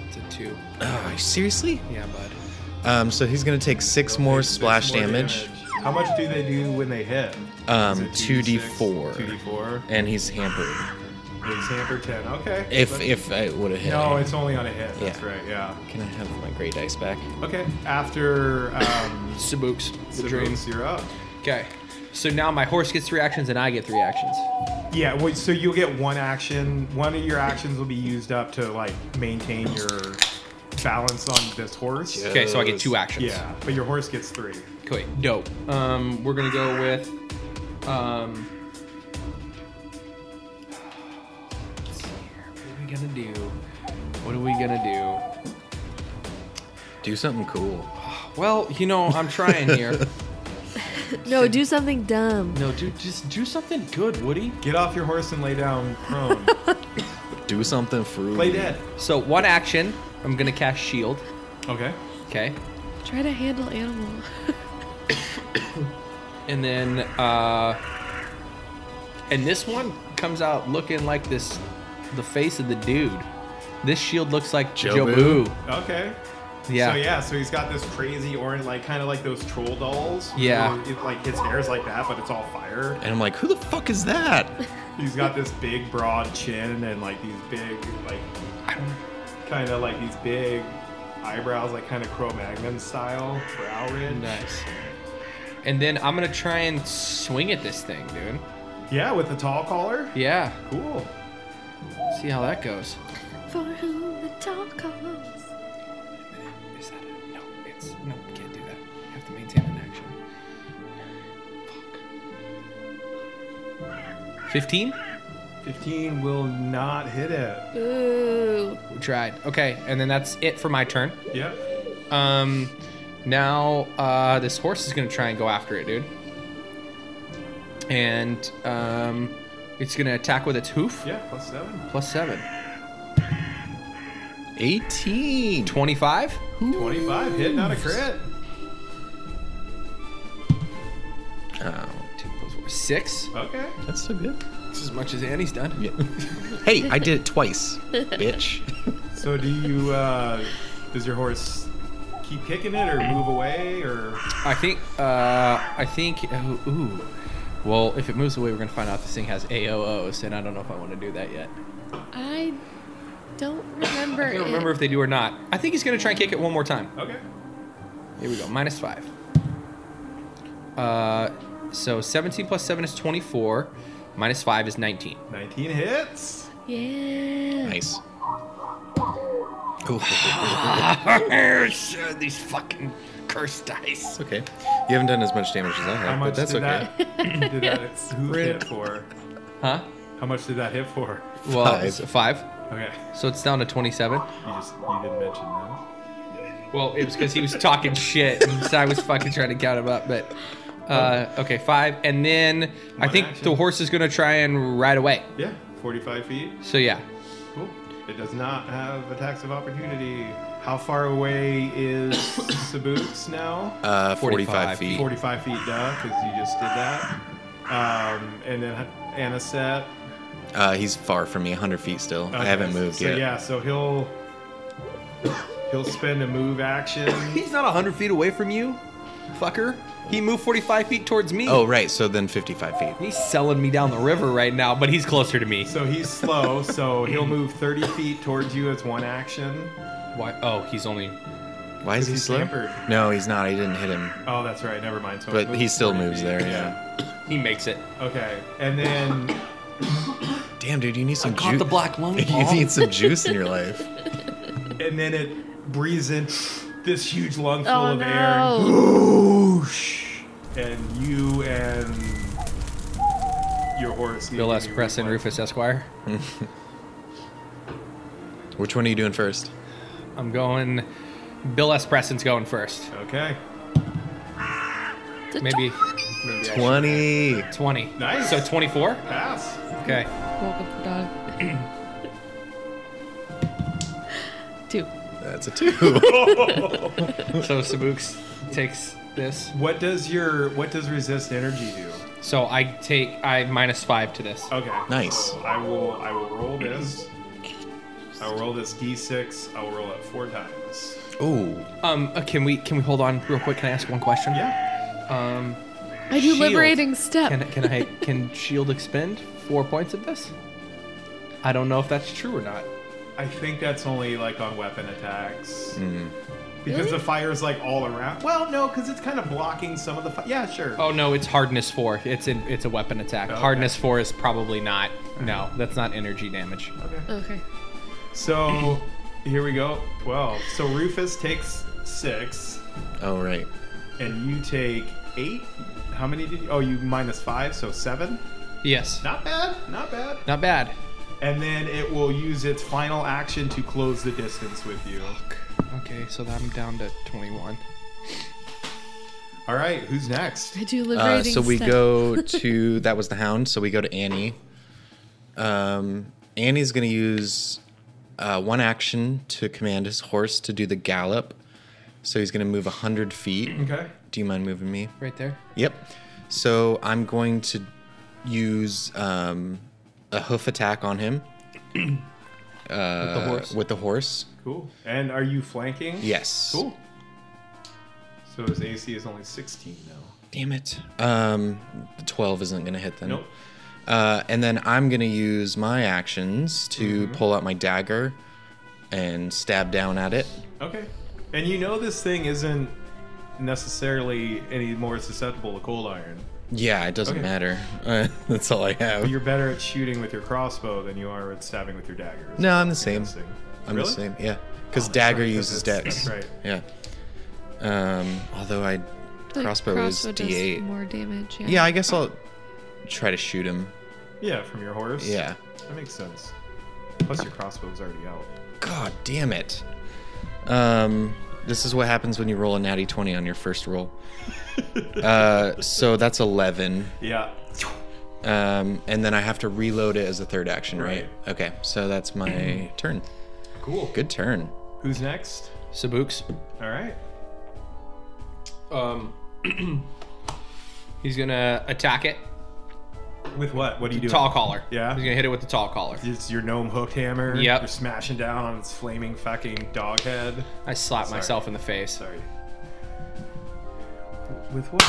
S6: It's a two.
S2: Oh, seriously?
S6: Yeah, bud.
S2: Um, so he's gonna take six more
S3: Six
S2: splash
S3: more
S2: damage,
S3: How much do they do when they hit?
S2: Um,
S3: Is it
S2: 2d4.
S3: 2d4.
S2: and he's hampered.
S3: It's hamper 10. Okay.
S2: If
S3: But-
S2: if I would have hit.
S3: No,
S2: him.
S3: it's only on a hit. That's
S2: Yeah.
S3: right, yeah.
S2: Can I have my gray dice back?
S3: Okay, after um,
S6: Sabooks. The dream.
S3: Sabonis, you're up.
S6: Okay. So now my horse gets three actions and I get three actions.
S3: Yeah, well, so you'll get one action. One of your actions will be used up to like maintain your balance on this horse.
S6: Okay, so I get two actions.
S3: Yeah, but your horse gets three.
S6: Okay, dope. Um, we're gonna go with, um, let's see here. what are we gonna do? What are we gonna
S2: Do something cool.
S6: do? Well, you know, I'm trying here.
S4: no, do something dumb.
S6: no, do just do something good, Woody.
S3: Get off your horse and lay down prone.
S2: Do something fruity.
S3: Play dead.
S6: So one action, I'm gonna cast shield.
S3: Okay.
S6: Okay,
S4: Try to handle animal.
S6: and then, uh, and this one comes out looking like this, the face of the dude. This shield looks like
S2: Joe
S6: Jobu.
S3: Okay.
S6: Yeah.
S3: So yeah, so he's got this crazy orange, like kind of like those troll dolls.
S6: Yeah.
S3: where It, like his hair's like that, but it's all fire.
S2: And I'm like, who the fuck is that?
S3: He's got this big, broad chin and like these big, like kind of like these big eyebrows, like kind of Cro-Magnon style brow ridge.
S6: Nice. And then I'm gonna try and swing at this thing, dude.
S3: Yeah, with the tall collar.
S6: Yeah.
S3: Cool.
S6: See how that goes.
S4: For whom the dog calls.
S6: Is that a no? It's no. Can't do that. Have to maintain an action. Fuck. Fifteen.
S3: Fifteen will not hit it.
S4: Ooh.
S6: We tried. Okay, and then that's it for my turn.
S3: Yep.
S6: Um, now uh, this horse is gonna try and go after it, dude. And um, it's gonna attack with its hoof.
S3: Yeah, plus seven.
S6: Plus seven.
S2: 18.
S6: Twenty-five.
S3: Twenty-five hit, not a crit.
S2: Oh,
S6: Two plus four. Six.
S3: Okay.
S2: that's so good.
S6: That's as much as Annie's done.
S2: Yeah. hey, I did it twice, bitch.
S3: So do you? uh Does your horse keep kicking it, or move away, or?
S6: I think. Uh, I think. Oh, ooh. Well, if it moves away, we're gonna find out if this thing has AOOs, and I don't know if I want to do that yet.
S4: I don't remember.
S6: I
S4: it.
S6: don't remember if they do or not. I think he's gonna try and kick it one more time.
S3: Okay.
S6: Here we go. Minus five. Uh, so 17 plus seven is 24. Minus five is 19.
S3: Nineteen hits.
S4: Yeah.
S2: Nice.
S6: These fucking cursed dice.
S2: Okay. You haven't done as much damage as I
S3: How
S2: have,
S3: much
S2: but that's
S3: did
S2: okay.
S3: that? Did that who hit for?
S6: Huh?
S3: How much did that hit for?
S6: Well,
S2: Five.
S6: it's a five.
S3: Okay.
S6: So it's down to 27.
S3: You just you didn't mention that.
S6: Well, it was because he was talking shit, and so I was fucking trying to count him up. But uh, okay, five, and then I
S3: One
S6: think
S3: action.
S6: the horse is gonna try and ride away.
S3: Yeah. Forty-five feet.
S6: So yeah,
S3: Cool. It does not have attacks of opportunity. How far away is Sabuks now?
S2: Uh, 45
S6: 45
S2: feet.
S3: 45 feet, duh, because you just did that. Um, and then Anisette.
S2: Uh, he's far from me, 100 feet still. I haven't moved
S3: so,
S2: yet.
S3: Yeah, so he'll he'll spend a move action.
S6: he's not hundred feet away from you, fucker. He moved forty-five feet towards me.
S2: Oh, right. So then 55 feet.
S6: he's selling me down the river right now, but he's closer to me.
S3: So he's slow, so he'll move 30 feet towards you as one action.
S6: Why? Oh, he's only.
S2: Why is he
S3: He's
S2: slow?
S3: hampered.
S2: No, he's not. I didn't hit him.
S3: Oh, that's right. Never mind. So
S2: But
S3: it moves
S2: he still
S3: 40
S2: moves
S3: feet.
S2: there,
S3: Yeah.
S6: He makes it.
S3: Okay. And then
S2: Damn, dude, you need some
S6: caught
S2: ju-
S6: the black lung,
S2: you
S6: Paul.
S2: need some juice in your life.
S3: and then it breathes in this huge lung full
S4: Oh
S3: of air.
S4: no.
S3: Whoosh! And you and your horse. need
S6: Bill
S3: to
S6: S.
S3: do
S6: Preston
S3: one.
S6: Rufus Esquire.
S2: Which one are you doing first?
S6: I'm going. Bill S. Preston's going first.
S3: Okay.
S4: It's a
S6: Maybe
S3: Maybe I should
S2: 20.
S6: 20.
S3: Nice.
S6: So 24?
S3: Pass.
S6: Okay.
S4: Welcome, dog. Two.
S2: That's a two.
S6: So Sabuks takes this.
S3: What does your what does resist energy do?
S6: So I take I minus five to this.
S3: Okay.
S2: Nice.
S3: So I will I will roll this. I will roll this d6. I will roll it four times.
S2: Ooh.
S6: Um, uh, can we can we hold on real quick? Can I ask one question?
S3: Yeah.
S6: Um,
S4: I do
S6: Shield.
S4: liberating step.
S6: can can I can shield expend four points of this? I don't know if that's true or not.
S3: I think that's only like on weapon attacks. Because the fire's like all around. Well, no, because it's kind of blocking some of the. Fi- yeah, sure.
S6: Oh no, it's hardness four. It's in it's a weapon attack.
S3: Okay. Mm-hmm.
S6: Hardness four is probably not. No, that's not energy damage.
S3: Okay.
S4: okay.
S3: So here we go. Twelve. So Rufus takes six,
S2: Oh, right.
S3: and you take eight. How many did you? Oh, you minus five, so seven.
S6: Yes.
S3: Not bad. Not bad.
S6: Not bad.
S3: And then it will use its final action to close the distance with you.
S6: Okay, so I'm down to twenty one.
S3: All right. Who's next?
S4: I do
S2: Uh,
S4: liberating
S2: so we
S4: step.
S2: go to that was the hound. So we go to Annie. Um, Annie's gonna use uh, one action to command his horse to do the gallop. So he's gonna move hundred feet.
S3: Okay.
S2: Do you mind moving me?
S6: Right there.
S2: Yep. So I'm going to use um, a hoof attack on him
S6: With
S3: Uh,
S6: the horse.
S2: with the horse.
S3: Cool. And are you flanking?
S2: Yes.
S3: Cool. So his AC is only 16 now.
S2: Damn it. Um, the twelve isn't gonna hit then.
S3: Nope.
S2: Uh, and then I'm gonna use my actions
S3: Mm-hmm.
S2: to pull out my dagger and stab down at it.
S3: Okay. And you know this thing isn't necessarily any more susceptible to cold iron.
S2: Yeah, it doesn't
S3: Okay.
S2: matter. Uh, that's all I have.
S3: You're better at shooting with your crossbow than you are at stabbing with your dagger.
S2: no, I'm the same.
S3: Guessing.
S2: I'm
S3: Really? Oh,
S2: the same. Yeah, because dagger
S3: right, 'cause
S2: uses
S3: that's-
S2: dex.
S3: that's
S2: Yeah. Um, although I
S4: The
S2: crossbow, is
S4: does
S2: d8.
S4: More damage. Yeah.
S2: Yeah, I guess I'll try to shoot him.
S3: Yeah, from your horse.
S2: Yeah.
S3: That makes sense. Plus, your crossbow's already out.
S2: God damn it. Um, this is what happens when you roll a natty 20 on your first roll. uh, so that's 11.
S3: Yeah.
S2: Um, and then I have to reload it as a third action, right?
S3: Right.
S2: Okay, so that's my turn.
S5: Cool.
S2: Good turn.
S3: Who's next?
S6: Sabuks.
S3: All right.
S6: Um, he's gonna attack it.
S3: With what? What do you do?
S6: Tall collar.
S3: Yeah.
S6: He's gonna hit it with the tall collar.
S3: It's your gnome hooked hammer.
S6: Yep.
S3: You're smashing down on its flaming fucking dog head.
S6: I slap
S3: Sorry.
S6: myself in the face.
S3: Sorry. With what?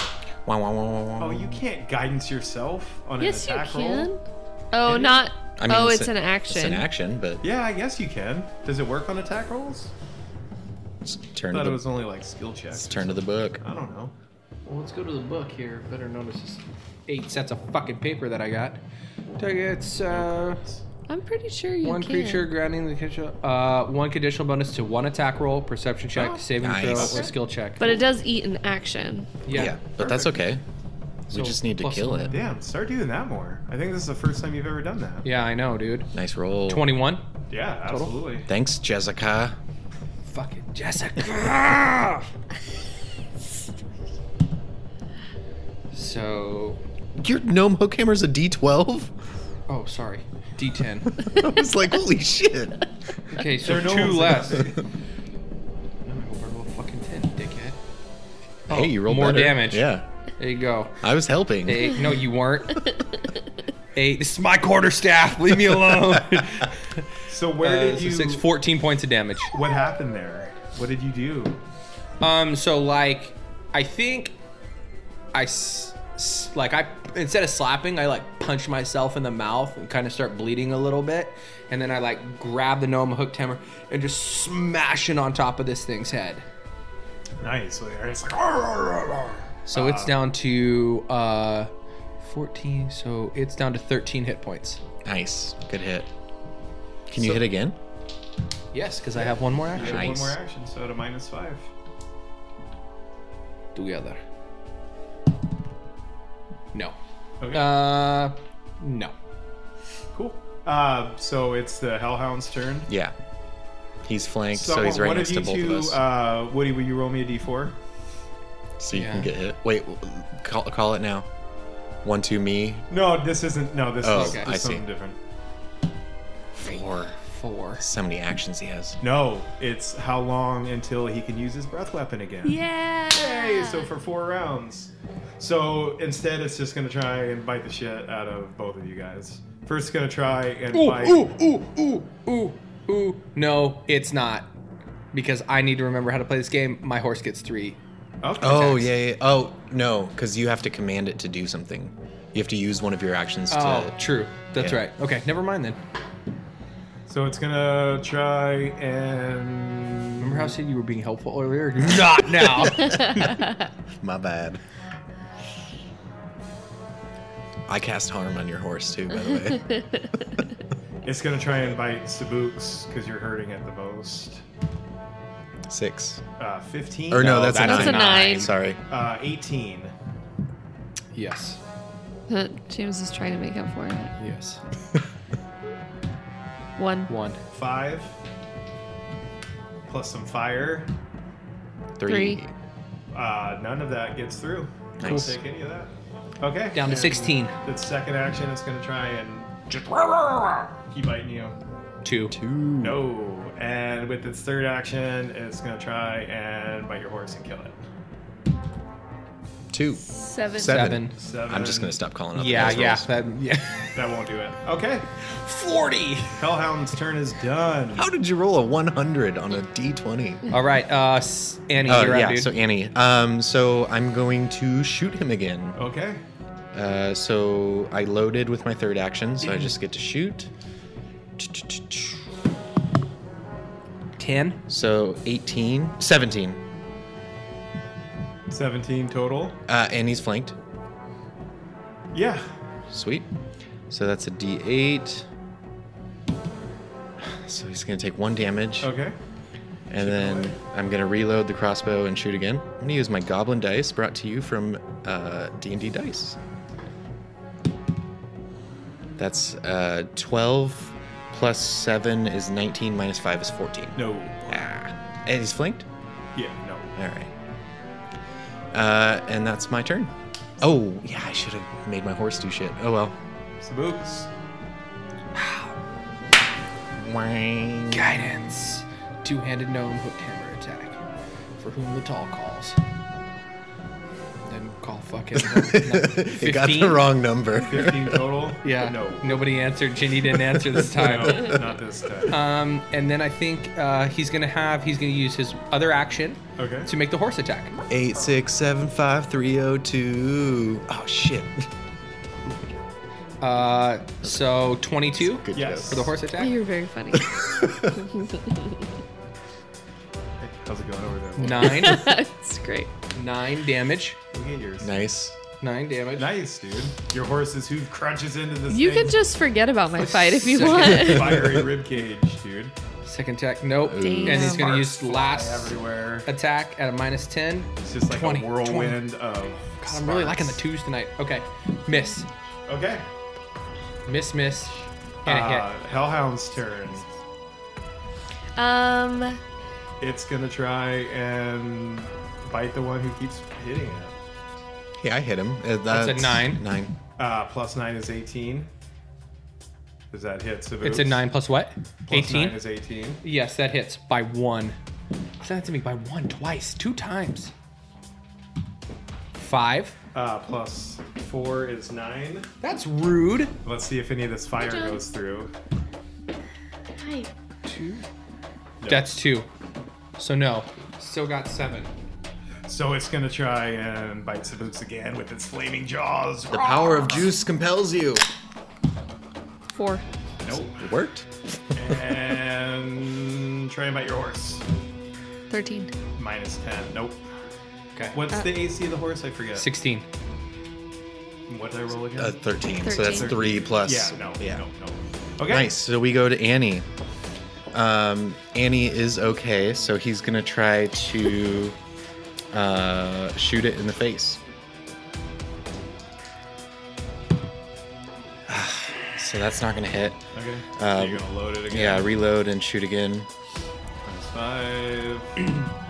S2: Wah, wah, wah, wah, wah.
S3: Oh, you can't guidance yourself on
S4: Yes,
S3: an
S4: you
S3: attack
S4: can.
S3: roll.
S4: Oh,
S3: Can you?
S4: not.
S2: I mean,
S4: oh, it's,
S2: it's a-
S4: an action.
S2: It's an action, but
S3: Yeah, I guess you can. Does it work on attack rolls?
S2: it's
S3: I
S2: turn, to
S3: thought
S2: the,
S3: it was only like skill
S2: it's
S3: checks.
S2: turn to the book.
S3: I don't know.
S6: Well, let's go to the book here. Better known as this eight sets of fucking paper that I got. Targets uh,
S4: I'm pretty sure you
S6: one
S4: can.
S6: creature grounding the conditional. Uh, one conditional bonus to one attack roll, perception check,
S3: Oh,
S6: saving
S2: nice.
S6: throw, or skill check.
S4: But it does eat an action.
S2: Yeah,
S6: yeah,
S2: but that's okay.
S6: So,
S2: we just need to
S6: plus
S2: kill
S6: one.
S2: it.
S3: Damn, start doing that more. I think this is the first time you've ever done that.
S6: Yeah, I know, dude.
S2: Nice roll.
S6: Twenty-one.
S3: Yeah, absolutely.
S2: Thanks, Jessica.
S6: Fucking Jessica. so,
S2: Your gnome hook hammer's a D12?
S6: oh, sorry, D10.
S2: I was like, holy shit.
S6: Okay, so
S3: There are no
S6: two
S3: ones
S6: less. no, I hope I roll a fucking ten, dickhead. Oh,
S2: hey, you rolled
S6: more
S2: better.
S6: damage.
S2: Yeah.
S6: There you go.
S2: I was helping.
S6: Eight. No, you weren't. Eight. This is my quarter staff. Leave me alone.
S3: So where
S6: Uh,
S3: did
S6: so
S3: you?
S6: six, 14 points of damage.
S3: What happened there? What did you do?
S6: Um, so like, I think I s- s- like I instead of slapping, I like punch myself in the mouth and kind of start bleeding a little bit, and then I like grab the gnome hooked hammer and just smash it on top of this thing's head.
S3: Nice. It's like. "Arr, arr, arr, arr."
S6: So it's down to uh, 14, so it's down to 13 hit points.
S2: Nice. Good hit. Can you hit again?
S6: Yes, because I have one more action.
S3: Get
S2: Nice.
S3: One more action, so at a minus five.
S6: Together. No.
S3: Okay,
S6: Uh, no.
S3: cool. Uh, so it's the Hellhound's turn.
S2: Yeah. He's flanked, so,
S3: So,
S2: he's right
S3: one
S2: next
S3: of
S2: to
S3: you
S2: both
S3: two,
S2: of us.
S3: Uh, Woody, will you roll me a d4?
S2: so you
S6: yeah.
S2: can get hit. Wait, w- call, call it now. One, two, me.
S3: No, this isn't. No, this
S2: Oh,
S3: is
S6: okay.
S3: this
S2: I
S3: is something
S2: see.
S3: different.
S2: Four.
S6: Four.
S2: So many actions he has.
S3: No, it's how long until he can use his breath weapon again.
S4: Yeah.
S3: Yay! So for four rounds. So instead, it's just gonna try and bite the shit out of both of you guys. First, gonna try and
S6: Ooh,
S3: bite.
S6: ooh, ooh, ooh, ooh, ooh. No, it's not. Because I need to remember how to play this game. My horse gets three.
S3: Okay.
S2: Oh,
S6: attacks.
S2: yeah, yeah. Oh, no, because you have to command it to do something. You have to use one of your actions
S6: Oh,
S2: to.
S6: true. That's
S2: yeah.
S6: right. Okay, never mind then.
S3: So it's gonna try and.
S6: Remember how I said you were being helpful earlier? Not now.
S2: My bad. I cast harm on your horse, too, by the way.
S3: It's gonna try and bite Sabuks because you're hurting it the most.
S2: Six.
S3: Uh, 15.
S2: Or no, that's,
S4: that's
S2: a
S4: a
S2: nine.
S4: nine.
S2: Sorry.
S3: Uh, 18.
S6: yes.
S4: James is trying to make up for it.
S6: Yes.
S4: One.
S6: One.
S3: Five. Plus some fire.
S2: Three.
S4: Three.
S3: Uh, none of that gets through. Don't
S2: Nice.
S3: take any of that. Okay.
S6: Down to
S3: And
S6: 16.
S3: Its second action it's gonna try and just keep biting you.
S6: Two.
S2: Two.
S3: No. And with its third action, it's gonna try and bite your horse and kill it.
S2: Two.
S4: Seven.
S2: Seven.
S3: Seven.
S2: I'm just gonna stop calling up.
S6: Yeah,
S2: those
S6: yeah.
S2: rolls.
S6: That, yeah.
S3: That won't do it. Okay.
S6: 40.
S3: Hellhound's turn is done.
S2: How did you roll a 100 on a d20?
S6: All right, uh, s- Annie,
S2: Oh
S6: you're up,
S2: yeah,
S6: dude.
S2: so Annie. Um, so I'm going to shoot him again.
S3: Okay.
S2: Uh, so I loaded with my third action, so I just get to shoot.
S6: Ten.
S2: So 18, 17,
S3: 17 total.
S2: uh, and he's flanked.
S3: Yeah.
S2: Sweet. So that's a d8. So he's gonna take one damage,
S3: Okay.
S2: and then I'm gonna reload the crossbow and shoot again. I'm gonna use my goblin dice, brought to you from uh, D&D Dice. That's uh, 12 plus 7 is 19, minus 5 is 14.
S3: No.
S2: Ah. And he's flanked?
S3: Yeah, no.
S2: All right. Uh, and that's my turn. Oh, yeah, I should have made my horse do shit. Oh well.
S3: Sabuks.
S2: Wang.
S6: Guidance. Two-handed gnome hooked hammer attack. For whom the tall calls. Then call fucking.
S2: It got the wrong number.
S3: 15 total.
S6: Yeah.
S3: No.
S6: Nobody answered. Ginny didn't answer this time.
S3: No, not this time.
S6: um, and then I think uh, he's gonna have. He's gonna use his other action
S3: Okay.
S6: to make the horse attack.
S2: Eight six seven five three oh two. Oh shit.
S6: Uh, so 22
S2: Good
S3: Yes.
S6: for the horse attack.
S4: Oh, You're very funny.
S3: How's it going over there?
S6: Nine.
S4: it's great.
S6: Nine damage.
S3: Look at yours.
S2: Nice.
S6: Nine damage.
S3: Nice, dude. Your horse's hoof crunches into this
S4: You can
S3: thing's
S4: just forget about my fight if you
S6: Second.
S4: want.
S3: fiery ribcage, dude.
S6: Second attack. Nope.
S4: Damn.
S6: And he's gonna use
S3: Fly
S6: last
S3: everywhere.
S6: attack at a minus 10.
S3: It's just like
S6: 20,
S3: a whirlwind of. God,
S6: God, I'm really liking the twos tonight. Okay. Miss.
S3: Okay.
S6: Miss, miss. And a
S3: Uh,
S6: hit.
S3: Hellhound's turn.
S4: Um,
S3: It's gonna try and bite the one who keeps hitting it.
S2: Hey, I hit him. Uh,
S6: That's a nine.
S2: Nine.
S3: Uh, plus nine is 18. Does that hit? Sabu?
S6: It's a 9 plus what?
S3: Plus
S6: 18?
S3: nine is 18.
S6: Yes, that hits by one. Send that to me by one twice. Two times. Five.
S3: Uh, plus four is nine.
S6: That's rude.
S3: Let's see if any of this fire
S4: job.
S3: goes through.
S6: Two. That's two. So no. Still got seven.
S3: So it's gonna try and bite Sabuks again with its flaming jaws.
S2: The power of juice compels you.
S4: four.
S3: Nope.
S2: It worked.
S3: and try and bite your horse.
S4: Thirteen.
S3: Minus ten. Nope.
S6: Okay.
S3: What's the AC of the horse? I forget.
S6: 16.
S3: What did I roll again?
S2: Uh, 13, So that's
S4: 13.
S2: three plus.
S3: yeah, no,
S2: Yeah.
S3: no, no. Okay.
S2: Nice. So we go to Annie. Um, Annie is okay, so he's gonna try to uh, shoot it in the face. So that's not gonna hit.
S3: Okay.
S2: Um,
S3: You're gonna load it
S2: Yeah,
S3: again.
S2: reload and shoot again.
S3: Times five.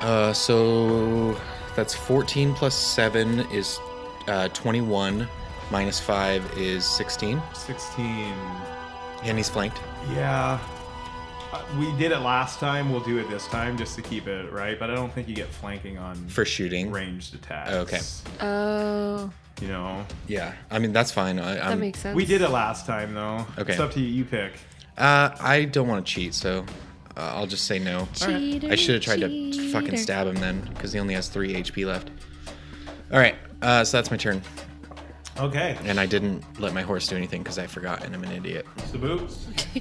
S2: Uh, so that's 14 plus 7 is uh, 21, minus 5 is 16.
S3: Sixteen.
S2: And he's flanked.
S3: Yeah. Uh, We did it last time. We'll do it this time just to keep it right. But I don't think you get flanking on
S2: for shooting.
S3: ranged attacks.
S2: Okay.
S4: Oh,
S3: You know,
S2: Yeah, I mean that's fine. I,
S4: that
S2: I'm-
S4: makes sense.
S3: we did it last time though.
S2: Okay.
S3: It's up to you. You pick.
S2: Uh, I don't want to cheat, so uh, I'll just say no. I should have tried to fucking stab him then, because he only has three HP left. All right, uh, so that's my turn,
S3: Okay.
S2: and I didn't let my horse do anything because I forgot, and I'm an idiot.
S3: Saboot.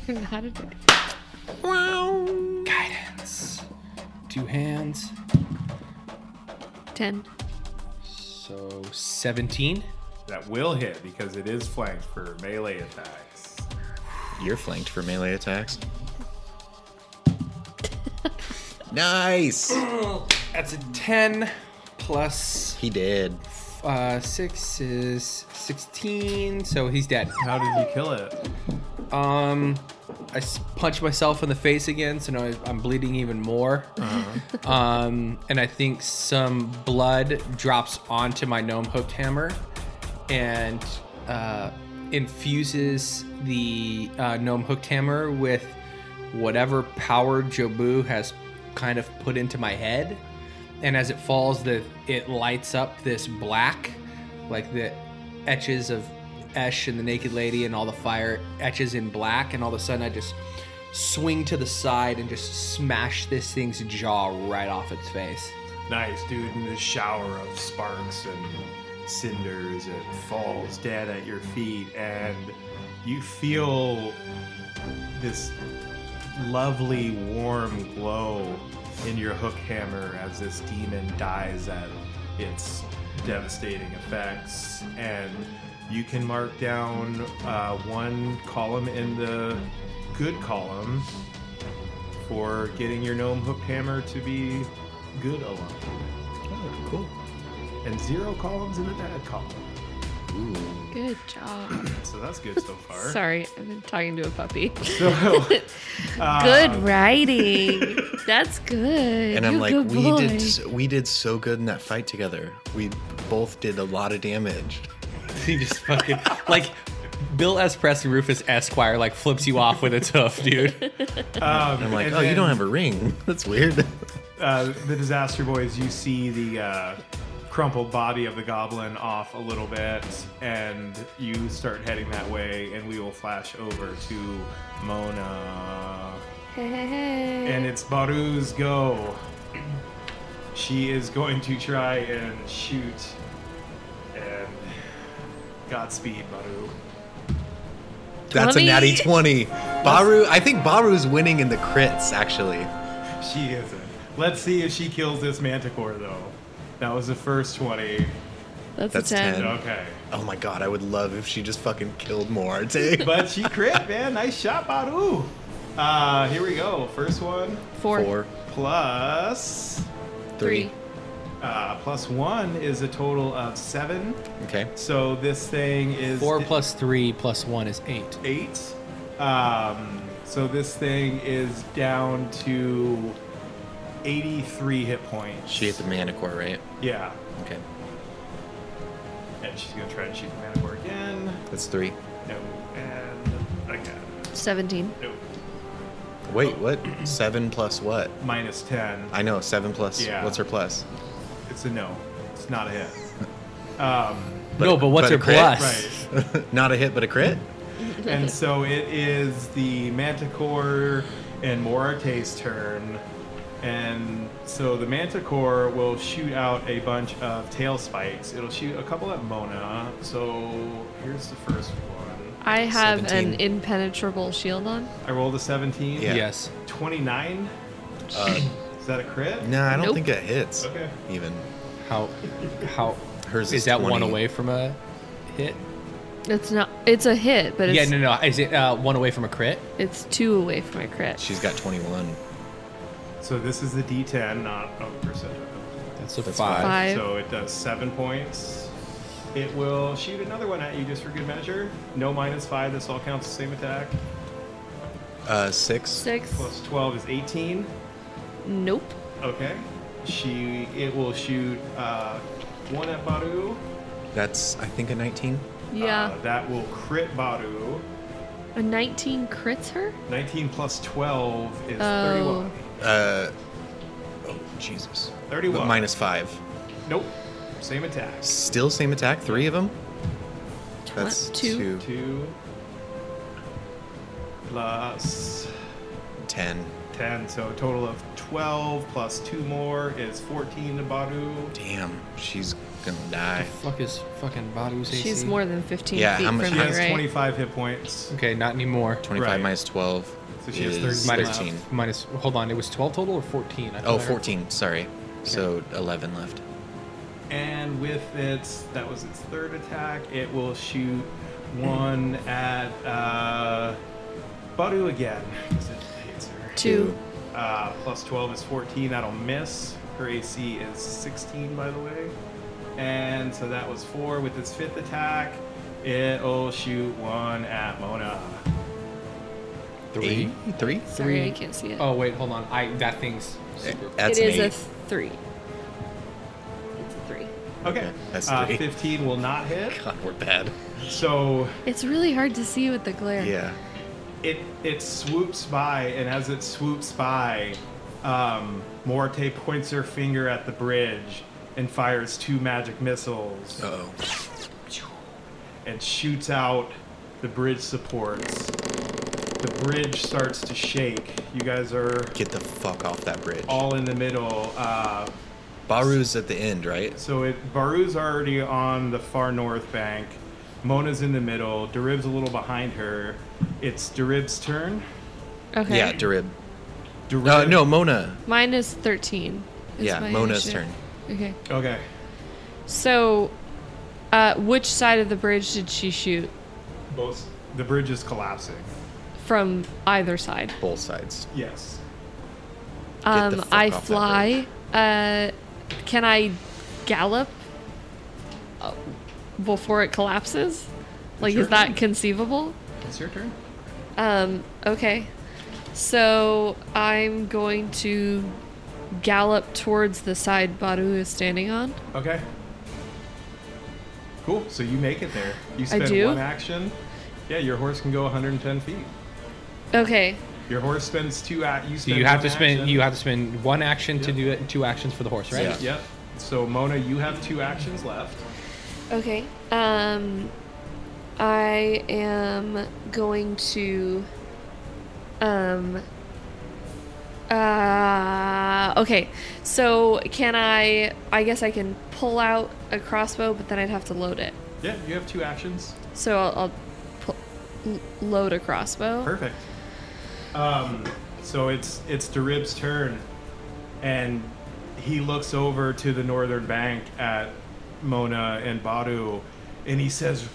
S4: You're not a dick.
S6: Guidance. Two hands.
S4: Ten.
S6: So 17.
S3: That will hit because it is flanked for melee attacks.
S2: You're flanked for melee attacks. nice.
S6: That's a 10 plus
S2: He did.
S6: uh, 6 is 16. So he's dead.
S3: How did you kill it?
S6: Um, I s- punched myself in the face again, so now I- I'm bleeding even more. um, and I think some blood drops onto my gnome hooked hammer and uh, infuses the uh, gnome hooked hammer with whatever power Jobu has kind of put into my head. And as it falls, the it lights up this black, like the etches of Esh and the Naked Lady and all the fire etches in black. And all of a sudden, I just swing to the side and just smash this thing's jaw right off its face.
S3: Nice, dude. In the shower of sparks and cinders, it falls dead at your feet, and you feel this lovely warm glow in your hook hammer as this demon dies at its devastating effects. And you can mark down uh, one column in the good column for getting your gnome hook hammer to be good alone.
S2: Oh, cool.
S3: And zero columns in the bad column.
S4: Good job.
S3: So that's good so far.
S4: Sorry, I've been talking to a puppy.
S3: So, uh,
S4: good writing. That's good.
S2: And I'm
S4: You
S2: like,
S4: good
S2: we
S4: boy.
S2: did, s- we did so good in that fight together. We both did a lot of damage.
S6: He just fucking like Bill S. Preston Rufus Esquire like flips you off with its hoof, dude.
S3: um,
S2: I'm like,
S3: and
S2: oh, you
S3: then,
S2: don't have a ring. That's weird.
S3: uh, the disaster boys. You see the uh, crumpled body of the goblin off a little bit, and you start heading that way. And we will flash over to Mona,
S4: Hey, hey, hey.
S3: and it's Baru's go. She is going to try and shoot. And Godspeed, Baru.
S2: That's a
S4: 20.
S2: natty 20. Baru, I think Baru's winning in the crits, actually.
S3: She isn't. Let's see if she kills this manticore, though. That was the first 20.
S4: that's,
S2: That's
S4: a 10.
S2: 10.
S3: Okay.
S2: Oh my god, I would love if she just fucking killed Morarte.
S3: But she crit, man. Nice shot, Baru. Uh, here we go. First one
S4: Four.
S3: plus,
S4: Three.
S3: uh, plus one is a total of seven.
S2: Okay.
S3: So this thing is
S6: Four
S3: di-
S6: plus three plus one is eight.
S3: eight. Um, so this thing is down to 83 hit points.
S2: She hit the manticore, right?
S3: Yeah.
S2: Okay.
S3: And she's going to try and shoot the manticore again.
S2: That's three.
S3: No. And again.
S4: 17.
S3: No.
S2: Wait, what? Seven plus what?
S3: Minus 10.
S2: I know, seven plus.
S3: Yeah.
S2: What's her plus?
S3: It's a no. It's not a hit. Um,
S6: no, but what's
S2: but a
S6: your
S2: crit?
S6: plus?
S3: right.
S2: Not a hit, but a crit?
S3: and so it is the Manticore and Morate's turn. And so the Manticore will shoot out a bunch of tail spikes. It'll shoot a couple at Mona. So here's the first one.
S4: I have an
S2: 17.
S4: impenetrable shield on.
S3: I rolled a 17.
S2: Yeah. Uh,
S6: Yes.
S3: 29. is that a crit?
S2: No, I don't
S4: Nope.
S2: think it hits.
S3: Okay.
S2: Even.
S6: How? How?
S2: Hers
S6: Is that one
S2: 20.
S6: away from a hit?
S4: It's not. It's a hit, but it's
S6: Yeah, no, no. Is it uh, one away from a crit?
S4: it's two away from a crit.
S2: She's got 21.
S3: So this is the D10, not a percentile.
S6: That's a
S2: That's
S6: five.
S4: five.
S3: So it does seven points. It will shoot another one at you just for good measure. No minus five. This all counts the same attack.
S2: Uh, six.
S4: Six.
S3: Plus 12 is 18.
S4: Nope.
S3: Okay. She. It will shoot uh, one at Baru.
S2: That's, I think, a 19.
S4: Yeah.
S3: Uh, that will crit Baru.
S2: Uh,
S4: a 19 crits her?
S3: 19 plus 12 is
S4: Oh.
S3: 31.
S2: Uh, oh, Jesus.
S3: 31.
S2: But minus five.
S3: Nope. Same attack.
S2: Still same attack, three of them?
S4: Tw-
S2: That's
S4: two.
S2: two.
S3: Two plus
S2: Ten.
S3: 10. So a total of 12 plus two more is 14 to Baru.
S2: Damn, she's gonna die.
S6: Fuck is fucking Badu's AC.
S4: She's more than 15
S2: Yeah,
S4: feet
S2: how much-
S4: from
S3: She
S4: me,
S3: has
S4: right?
S3: 25 hit points.
S6: Okay, not anymore.
S2: 25
S3: Right.
S2: minus 12
S3: So she has
S2: is
S3: 30 left.
S2: 13.
S6: Minus. Hold on. It was twelve total or fourteen? I thought
S2: Oh,
S6: I heard-
S2: 14, sorry. So 11 left.
S3: And with its, that was its third attack, it will shoot one at uh, Baru again. 'cause it hits her.
S4: Two.
S3: Uh, plus 12 is 14. That'll miss. Her AC is 16, by the way. And so that was four. With its fifth attack, it'll shoot one at Mona.
S6: Three.
S2: Eight? Three?
S4: Sorry, I can't see it.
S6: Oh wait, hold on. I that thing's super.
S2: That's
S4: it
S2: an
S4: is a
S2: eight.
S4: three. It's a three.
S3: Okay.
S2: That's
S3: uh,
S2: three.
S3: 15 will not hit.
S2: God, we're bad.
S3: So
S4: It's really hard to see with the glare.
S2: Yeah.
S3: it it swoops by, and as it swoops by, um, Morte points her finger at the bridge and fires two magic missiles.
S2: Uh-oh.
S3: and shoots out the bridge supports. The bridge starts to shake. You guys are
S2: Get the fuck off that bridge.
S3: all in the middle. Uh,
S2: Baru's at the end, right?
S3: so it, Baru's already on the far north bank. Mona's in the middle. Derib's a little behind her. It's Derib's turn.
S4: Okay.
S2: Yeah, Darib.
S3: Derib,
S2: Uh, no, Mona.
S4: Mine is 13. is
S2: Yeah,
S4: my
S2: Mona's
S4: initiative. Okay.
S3: Okay.
S4: So, uh, which side of the bridge did she shoot?
S3: Both. The bridge is collapsing.
S4: From either side.
S2: Both sides.
S3: Yes.
S2: Get the
S4: Um,
S2: fuck
S4: I
S2: off that
S4: fly. Uh, can I gallop uh, before it collapses? Like,
S3: your
S4: is that
S3: turn.
S4: conceivable?
S3: It's your turn.
S4: Um, okay. So I'm going to gallop towards the side Baru is standing on.
S3: Okay. Cool. So you make it there. You spend
S4: do?
S3: one action. Yeah, your horse can go 110 feet.
S4: Okay.
S3: Your horse spends two at you.
S6: So
S3: Spend
S6: you have
S3: one
S6: to spend
S3: action.
S6: you have to spend one action to
S3: Yeah.
S6: do it and two actions for the horse, right?
S2: Yeah.
S3: Yep. So Mona, you have two actions left.
S4: Okay. Um, I am going to. Um. Uh, okay. So can I? I guess I can pull out a crossbow, but then I'd have to load it.
S3: Yeah, you have two actions.
S4: So I'll, I'll pull, l- load a crossbow.
S3: Perfect. Um, so it's it's Darib's turn, and he looks over to the northern bank at Mona and Badu, and he says,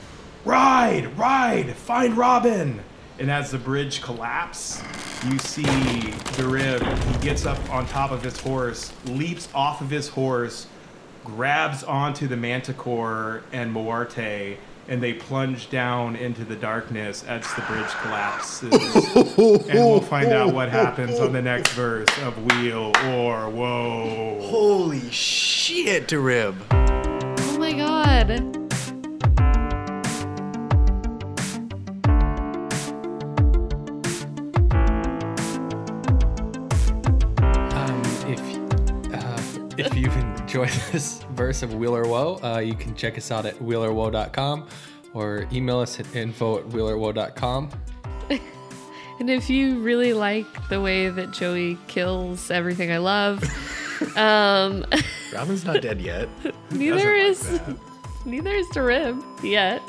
S3: "Ride, ride, find Robin." And as the bridge collapses, you see Darib. He gets up on top of his horse, leaps off of his horse, grabs onto the Manticore and Moarte, and they plunge down into the darkness as the bridge collapses. and we'll find out what happens on the next verse of Wheel or Whoa.
S2: Holy shit, Darib.
S4: Oh my god.
S6: Um, if uh, if you've enjoyed this verse of Wheeler Woe, uh, you can check us out at wheelerwoe.com or email us at info at wheelerwoe.com.
S4: And if you really like the way that Joey kills everything I love, um,
S2: Robin's not dead yet.
S4: neither is neither is Darib yet.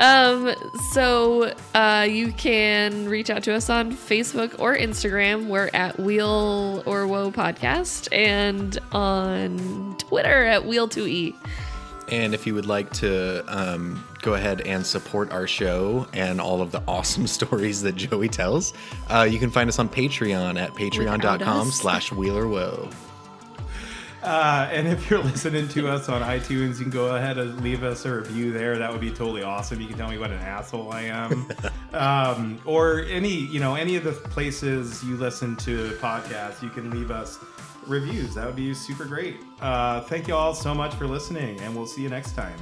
S4: Um, so uh, you can reach out to us on Facebook or Instagram. We're at Wheel or Woe Podcast, and on Twitter at Wheel Two E.
S2: And if you would like to um, go ahead and support our show and all of the awesome stories that Joey tells, uh, you can find us on Patreon at patreon.com
S4: us.
S2: slash Wheeler Woe.
S3: Uh, and if you're listening to us on iTunes, you can go ahead and leave us a review there. That would be totally awesome. You can tell me what an asshole I am, um, or any you know any of the places you listen to podcasts. You can leave us reviews. That would be super great. Uh, thank you all so much for listening, and we'll see you next time.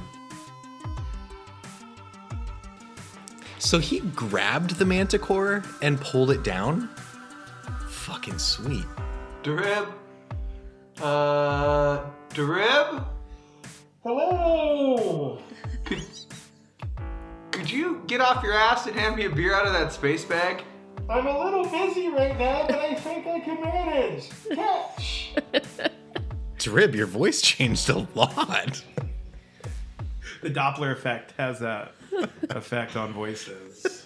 S2: So he grabbed the manticore and pulled it down? Fucking sweet.
S7: Drib. Uh, Drib. Hello. Could, could you get off your ass and hand me a beer out of that space bag?
S8: I'm a little busy right now, but I think I can manage. Catch!
S2: Drib, your voice changed a lot.
S3: The Doppler effect has that effect on voices.